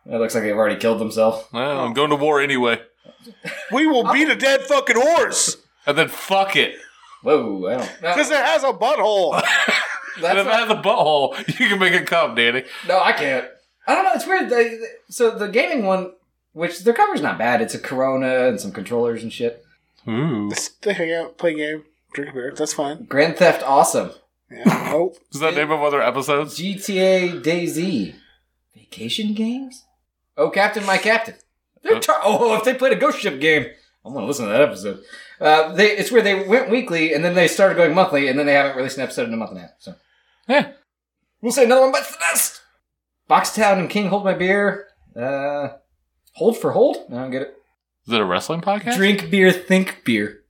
That looks like they've already killed themselves. Well, I'm going to war anyway. We will beat a dead fucking horse And then fuck it. Whoa, I don't. No, because it has a butthole. And that's if I have the butthole, you can make it come, Danny. no, I can't. I don't know. It's weird. They, they- so the gaming one, which their cover's not bad. It's a Corona and some controllers and shit. Ooh. they hang out, play game, drink beer. That's fine. Grand Theft Awesome. Yeah. Oh, Is that name of other episodes? GTA Daisy. Vacation games? Oh, Captain, my Captain. They're tar- oh, if they played a ghost ship game, I'm going to listen to that episode. Uh, they, it's where they went weekly and then they started going monthly and then they haven't released an episode in a month and a half. So Yeah. we'll say another one bites the dust. Boxtown and King Hold My Beer. Uh, hold for Hold? I don't get it. Is it a wrestling podcast? Drink beer, think beer.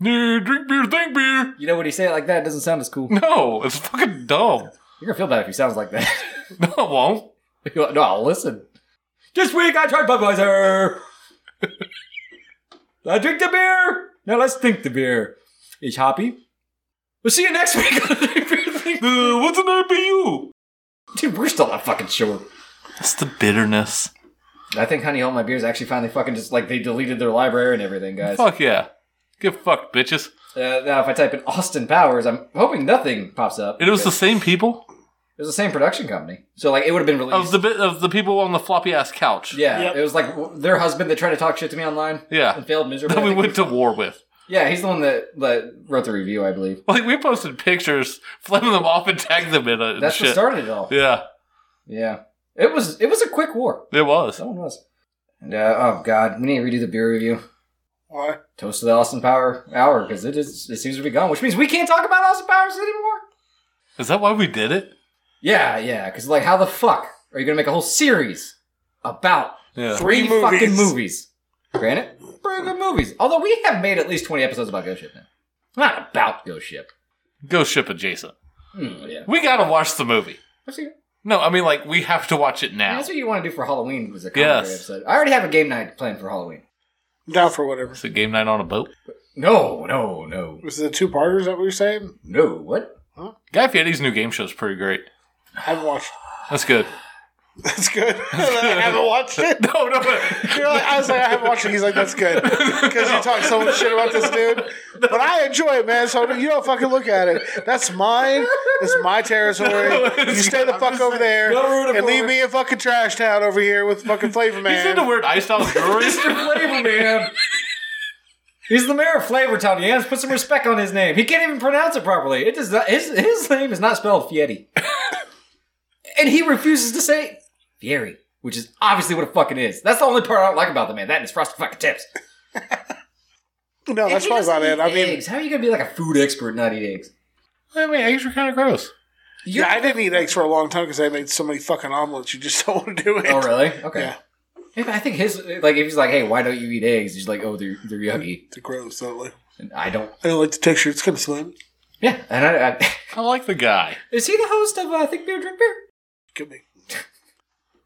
No, drink beer, think beer. You know when you say it like that, it doesn't sound as cool. No, it's fucking dumb. You're gonna feel bad if he sounds like that. No, it won't. no, I'll listen. This week I tried Budweiser. I drink the beer. Now let's think the beer. It's hoppy. We'll see you next week. on the Drink Beer Think- Uh, what's an IBU? Dude, we're still not fucking sure. It's the bitterness. I think Honey Hold My Beer is actually finally fucking just like they deleted their library and everything, guys. Uh, Fuck yeah. Get fucked, bitches. now, if I type in Austin Powers, I'm hoping nothing pops up. And it was the because same people it was the same production company, so like it would have been of released. the bit of the people on the floppy ass couch. yeah, Yep. it was like w- their husband that tried to talk shit to me online Yeah. and failed miserably. That I we think. went to war with. Yeah, he's the one that, that wrote the review, I believe. Like we posted pictures, flaming them off and tagged them in it. And That's shit. what started it all. Yeah. Yeah, It was it was a quick war. it was. Someone was. And uh, oh god, we need to redo the beer review. why? Toast to the Austin Power hour because it is it seems to be gone, which means we can't talk about Austin Powers anymore. Is that why we did it? Yeah, yeah, because like how the fuck are you gonna make a whole series about Yeah. three, Three movies. fucking movies? Granted, pretty good movies. Although we have made at least twenty episodes about Ghost Ship now. Not about Ghost Ship. Go ship adjacent. Hmm, yeah. We gotta watch the movie. Let's see. No, I mean like we have to watch it now. That's what you want to do for Halloween was a commentary Yes. episode. I already have a game night planned for Halloween. Down for whatever. It's a game night on a boat. No, no, no, Was it the two parters that we were saying? no. What? Guy Fieri's new game show is pretty great. I haven't watched. That's good. That's good. I haven't watched it. No, no, You're like, I was like, I haven't watched it. He's like, that's good because you talk so much shit about this dude. But I enjoy it, man. So you don't fucking look at it. That's mine. It's my territory. You stay the fuck over there Don't ruin it and for leave me. me in fucking trash town over here with fucking Flavor He's into Man. weird ice out breweries. Flavor Man. He's the mayor of Flavortown. You have to put some respect on his name. He can't even pronounce it properly. It does not. His his name is not spelled Fieri, and he refuses to say Fieri, which is obviously what it fucking is. That's the only part I don't like about the man. That is frosted fucking tips. No, Oh, And that's he probably about it. doesn't I eat mean, eggs. how are you gonna be like a food expert and not eat eggs? I mean, eggs are kind of gross. You- yeah, I didn't eat eggs for a long time because I made so many fucking omelets. You just don't want to do it. Oh, really? Okay. Yeah. If- I think his like if he's like, hey, why don't you eat eggs? He's like, oh, they're they're yucky, It's gross. Don't like. and I don't. I don't like the texture. It's kind of slim. Yeah, and I, I I like the guy. is he the host of uh, Think Beer Drink Beer? Could be.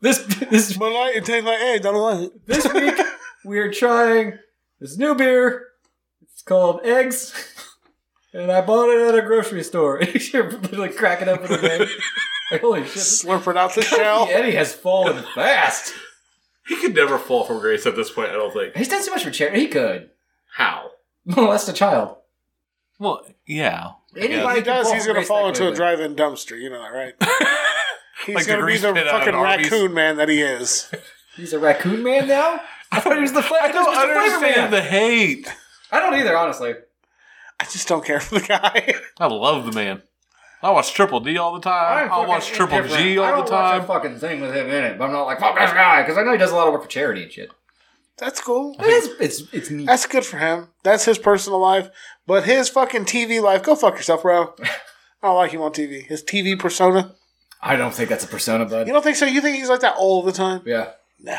This this But like, it tastes like eggs. I don't like it. this week we are trying this new beer. It's called Eggs, and I bought it at a grocery store. You're literally cracking up with the name. Like, holy shit! Slurp it out the shell. Eddie has fallen fast. He could never fall from grace at this point. I don't think. He's done so much for charity. He could How? molest a child. Well, yeah. Anybody If he can does, fall he's from going to grace fall that into a quickly. drive-in dumpster. You know that, right? He's Like the going to be grease the pit out fucking at Arby's. raccoon man that he is. He's a raccoon man now? I thought he was the flavor. I don't understand the hate. I don't either, honestly. I just don't care for the guy. I love the man. I watch Triple D all the time. I'm I watch fucking Triple G indifferent. I all don't the watch time. a fucking thing with him in it, but I'm not like fuck this guy because I know he does a lot of work for charity and shit. That's cool. It is, it's it's neat. That's good for him. That's his personal life. But his fucking TV life, go fuck yourself, bro. I don't like him on TV. His TV persona. I don't think that's a persona, bud. You don't think so? You think he's like that all the time? Yeah. No.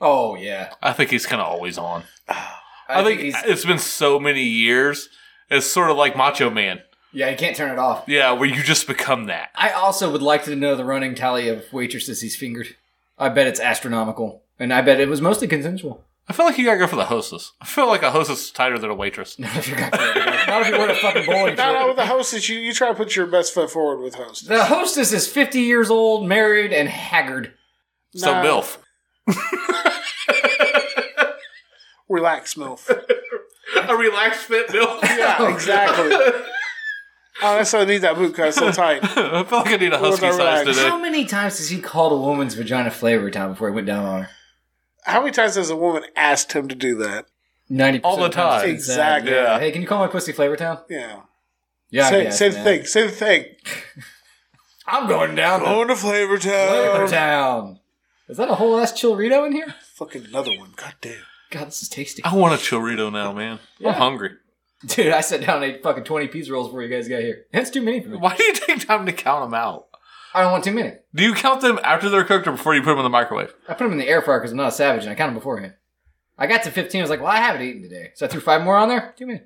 Oh yeah. I think he's kind of always on. I, I, think, he's it's been so many years. It's sort of like Macho Man. yeah. He can't turn it off. Yeah, where you just become that. I also would like to know the running tally of waitresses he's fingered. I bet it's astronomical, and I bet it was mostly consensual. I feel like you gotta go for the hostess. I feel like a hostess is tighter than a waitress. Not if you got not if you were a fucking bowling. No, trip. no, with the hostess, you, you try to put your best foot forward with hostess. The hostess is 50 years old, married, and haggard. So Nah. MILF. Relax, MILF. A relaxed fit MILF? Yeah, exactly. Oh, that's why I need that boot cut so tight. I feel like I need a What was husky I size relaxed? today. How many times has he called a woman's vagina flavor time before he went down on her? How many times has a woman asked him to do that? Ninety All the time. Exactly. Hey, can you call my pussy flavor town? Yeah. Yeah, I Say, guess, say the man. thing. Say the thing. I'm going down to Going to Flavor Town. Flavor Town. Is that a whole ass chilrito in here? Fucking another one. God damn. God, this is tasty. I want a chorrito now, man. I'm hungry. Dude, I sat down and ate fucking 20 pizza rolls before you guys got here. That's too many for me. Why do you take time to count them out? I don't want too many. Do you count them after they're cooked or before you put them in the microwave? I put them in the air fryer because I'm not a savage and I counted beforehand. I got to 15. I was like, well, I haven't eaten today. So I threw five more on there. Too many.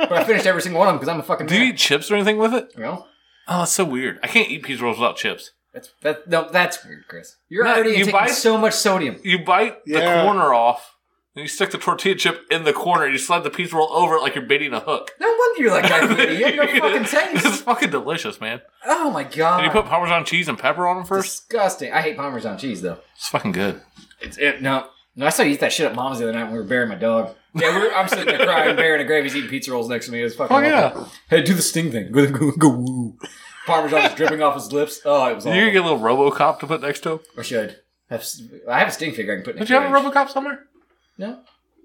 but I finished every single one of them because I'm a fucking Do you man. eat chips or anything with it? You know? Oh, it's so weird. I can't eat pizza rolls without chips. That's, that, no, that's weird, Chris. You're No, already you taking buy- so much sodium. You bite Yeah. the corner off, and you stick the tortilla chip in the corner, and you slide the pizza roll over it like you're baiting a hook. No wonder you're like diabetes. You have no fucking It's taste. fucking delicious, man. Oh my god. And you put Parmesan cheese and pepper on them first. Disgusting. I hate Parmesan cheese though. It's fucking good. It's it. No, no. I saw you eat that shit at mom's the other night when we were burying my dog. Yeah, we were, I'm sitting there crying, burying a gravy's eating pizza rolls next to me. It was fucking. Oh awful. yeah, Hey, do the sting thing. Go go go. Woo. Parmesan was dripping off his lips. Oh, it was. you could Awful. get a little RoboCop to put next to him. I should. Have, s- I have a sting figure I can put. Did next you have a to it. RoboCop somewhere? No.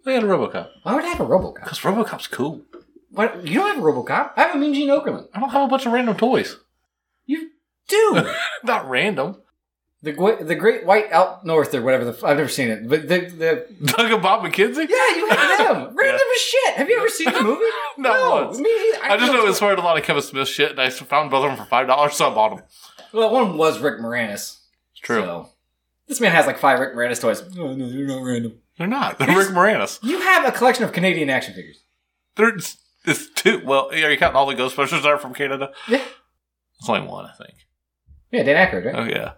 They had a RoboCop Why would I have a RoboCop? because RoboCop's cool. What? You don't have a RoboCop. I have a Mean Gene Okerman. I don't have a bunch of random toys. You do. Not random. the gwe- the Great White Out North or whatever. The f- I've never seen it, but the the Doug and Bob McKenzie. Yeah, you have them. Random Yeah. as shit. Have you ever seen the movie? Not once. Me neither. I just know it was. inspired a lot of Kevin Smith shit, and I found both of them for five dollars, so I bought them. Well, one was Rick Moranis. It's true. So. This man has like five Rick Moranis toys. No, Oh, no, they're not random. They're not. They're Rick Moranis. You have a collection of Canadian action figures. They're just, it's two. Well, yeah, you counting all the Ghostbusters that are from Canada? Yeah. It's only one, I think. Yeah, Dan Aykroyd, right? Oh yeah.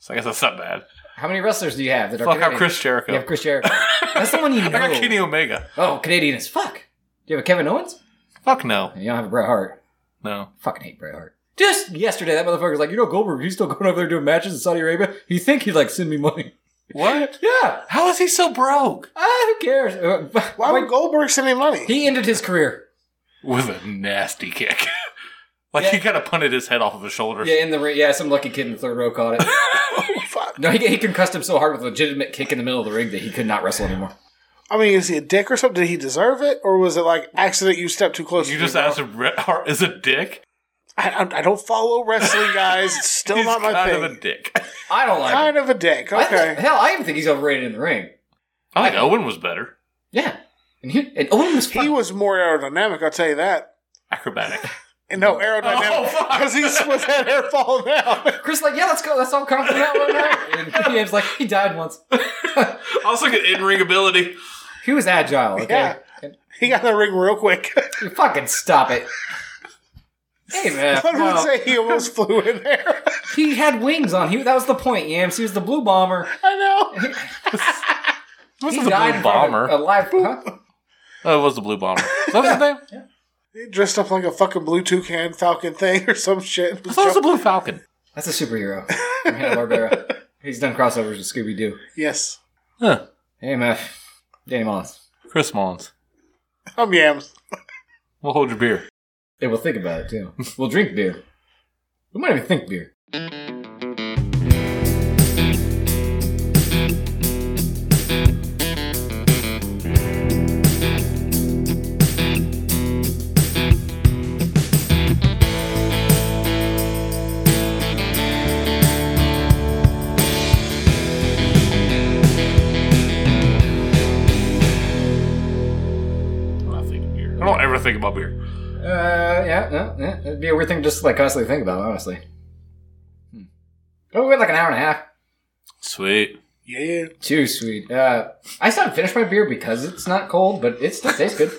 So I guess that's not bad. How many wrestlers do you have? That are Fuck, I'm Canadian? Chris Jericho. You have Chris Jericho. That's the one you know. I got Kenny Omega. Oh, Canadian as fuck. Do you have a Kevin Owens? Fuck no, And you don't have a Bret Hart. no. Fucking hate Bret Hart. Just yesterday, that motherfucker was like, you know Goldberg, he's still going over there doing matches in Saudi Arabia. You think he'd like send me money? What? Yeah. How is he so broke? Ah, who cares? Uh, Why wait, would Goldberg send him money? He ended his career. With a nasty kick. like he Yeah. kind of punted his head off of his shoulders. Yeah, in the ring. Yeah, some lucky kid in the third row caught it. Fuck. No, he, he concussed him so hard with a legitimate kick in the middle of the ring that he could not wrestle anymore. I mean, is he a dick or something? Did he deserve it, or was it like accident? You stepped too close. You to just me, bro? asked if Bret Hart is a dick. I, I, I don't follow wrestling, guys. It's still He's not my kind thing. of a dick. I don't like him. kind of a dick. I think- Okay. hell, I even think he's overrated in the ring. I think Owen was better. Yeah. And, he, and Owen was He fucking. was more aerodynamic, I'll tell you that. Acrobatic. And no, Oh, aerodynamic. fuck. Because he's with that hair falling down. Chris, like, yeah, let's go. Let's all come from that one night. And PM's like, he died once. also, good in ring ability. He was agile, okay? Yeah. He got in the ring real quick. Fucking stop it. Hey, man. I would no. say he almost flew in there. He had wings on. He That was the point, Yams. He was the blue bomber. I know. This he is a died blue in front of bomber. A, a live. Huh? Oh, it was the blue bomber. Is that his name? He dressed up like a fucking blue toucan falcon thing or some shit. I thought it was the blue falcon. That's a superhero. from Hanna-Barbera. He's done crossovers with Scooby Doo. Yes. Huh. AMF. Danny Mullins. Chris Mullins. I'm Yams. We'll hold your beer. They will think about it too. we'll drink beer. We might even think beer. I'm not thinking beer. I don't ever think about beer. Uh, yeah, no, yeah, it'd be a weird thing just to like constantly think about, honestly. Hmm. Oh, we went like an hour and a half. Sweet. Yeah. Too sweet. Uh, I still haven't finished my beer because it's not cold, but it still tastes good.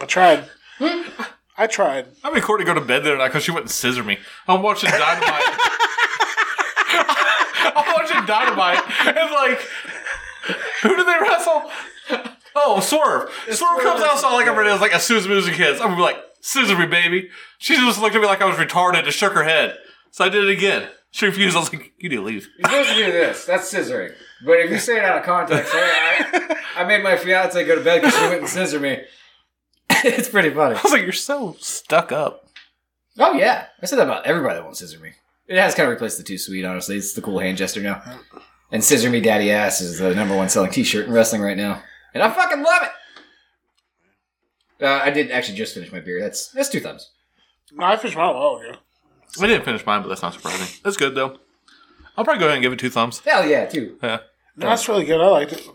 I tried. I tried. I made Courtney go to bed the other night because she went and scissor me. I'm watching Dynamite. I'm watching Dynamite and like, who did they wrestle? Oh, Swerve. Swerve comes out, so like I'm ready. I was like, as soon as the music hits, I'm gonna be like, scissor me, baby. She just looked at me like I was retarded and shook her head. So I did it again. She refused. I was like, you need to leave. You're supposed to do this. That's scissoring. But if you say it out of context, I, I, I made my fiance go to bed because she went and scissor me. it's pretty funny. I was like, you're so stuck up. Oh yeah, I said that about everybody that won't scissor me. It has kind of replaced the too sweet, honestly. It's the cool hand gesture now. And scissor me, daddy ass is the number one selling T-shirt in wrestling right now, and I fucking love it. Uh, I did actually just finish my beer. That's that's two thumbs. No, I finished mine a while ago. I didn't finish mine, but that's not surprising. That's good though. I'll probably go ahead and give it two thumbs. Hell yeah, too. Yeah. No, that's really good. I liked it.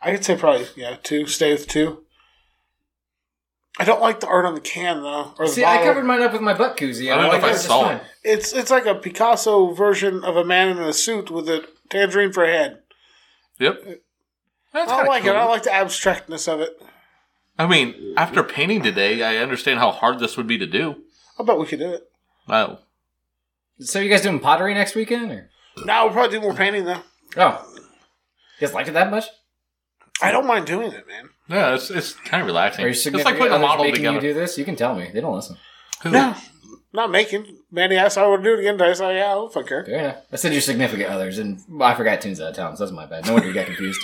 I could say probably yeah two. Stay with two. I don't like the art on the can though. Or the See, I bottle. covered mine up with my butt koozie. and I don't know like if I that just saw fine. it. It's it's like a Picasso version of a man in a suit with a tangerine for a head. Yep. That's I kinda like it. I cool. like the abstractness of it. I mean, after painting today, I understand how hard this would be to do. I bet we could do it. Wow. So you guys doing pottery next weekend? Or? No, we'll probably do more painting though. Oh, you guys liked it that much? I don't mind doing it, man. Yeah, it's it's kind of relaxing. Are you It's like putting a model making you together. do this? You can tell me. They don't listen. No, not making. Manny asked if I would do it again. I said, yeah, I don't fuck care. Fair enough. I said your significant others, and I forgot Tune's out of town, so that's my bad. No wonder you got confused.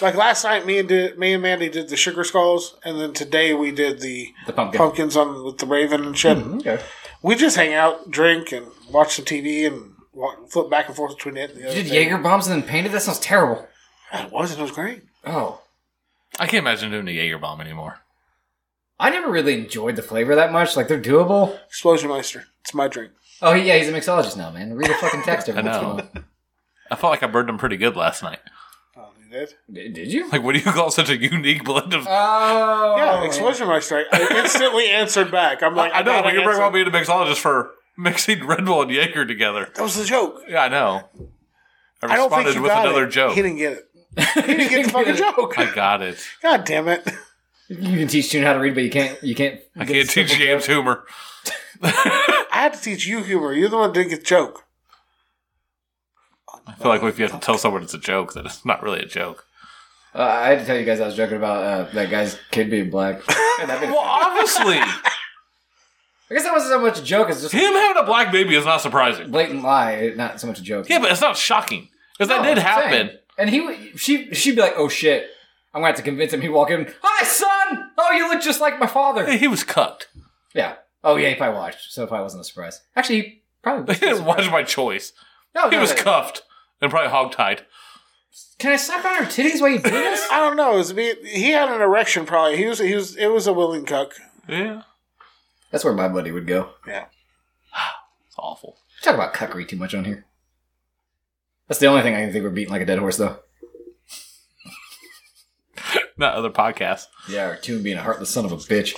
Like last night, me and did, me and Mandy did the sugar skulls, and then today we did the The pumpkin. pumpkins on with the raven and shit. Mm-hmm. Okay. We just hang out, drink, and watch some TV, and walk, flip back and forth between it and the other. You did thing. Jaeger bombs and then painted? That sounds terrible. It wasn't. It was great. Oh. I can't imagine doing a Jaeger bomb anymore. I never really enjoyed the flavor that much. Like, they're doable. Explosion Meister. It's my drink. Oh, yeah, he's a mixologist now, man. Read a fucking text every I once in a know. while. I felt like I burned them pretty good last night. Oh, you did? D- Did you? Like, what do you call such a unique blend of? Oh. Yeah, Explosion Meister. I instantly answered back. I'm like, I know, gotta but you're very answer. well being a mixologist for mixing Red Bull and Jaeger together. That was the joke. Yeah, I know. I I don't responded think you with got another it. joke. He didn't get it. He didn't get the fucking joke. I got it. God damn it. You can teach Tune how to read, but you can't. You can't. I can't teach James humor. I had to teach you humor. You're the one that didn't get the joke. I feel like if you have to tell someone it's a joke, then it's not really a joke. Uh, I had to tell you guys I was joking about uh, that guy's kid being black. Man, that'd be- Well, obviously, him I guess that wasn't so much a joke. It's just a having a black baby is not surprising. blatant lie, not so much a joke. Yeah, but it's not shocking because that No, did I'm happen. saying. And he, would- she, she'd be like, "Oh shit." I'm gonna have to convince him. He'd walk in. Hi, son. Oh, you look just like my father. He was cucked. yeah. Oh yeah, he probably watched, so it probably wasn't a surprise. Actually, he probably. He didn't watch my choice. No, He no, was no. cuffed and probably hogtied. Can I suck on her titties while you do this? I don't know. It was me. He had an erection, probably. He was. He was. It was a willing cuck. Yeah, That's where my buddy would go. Yeah. it's awful. We talk about cuckery too much on here. That's the only thing I can think we're beating like a dead horse, though. Not other podcasts. Yeah, or Tune being a heartless son of a bitch.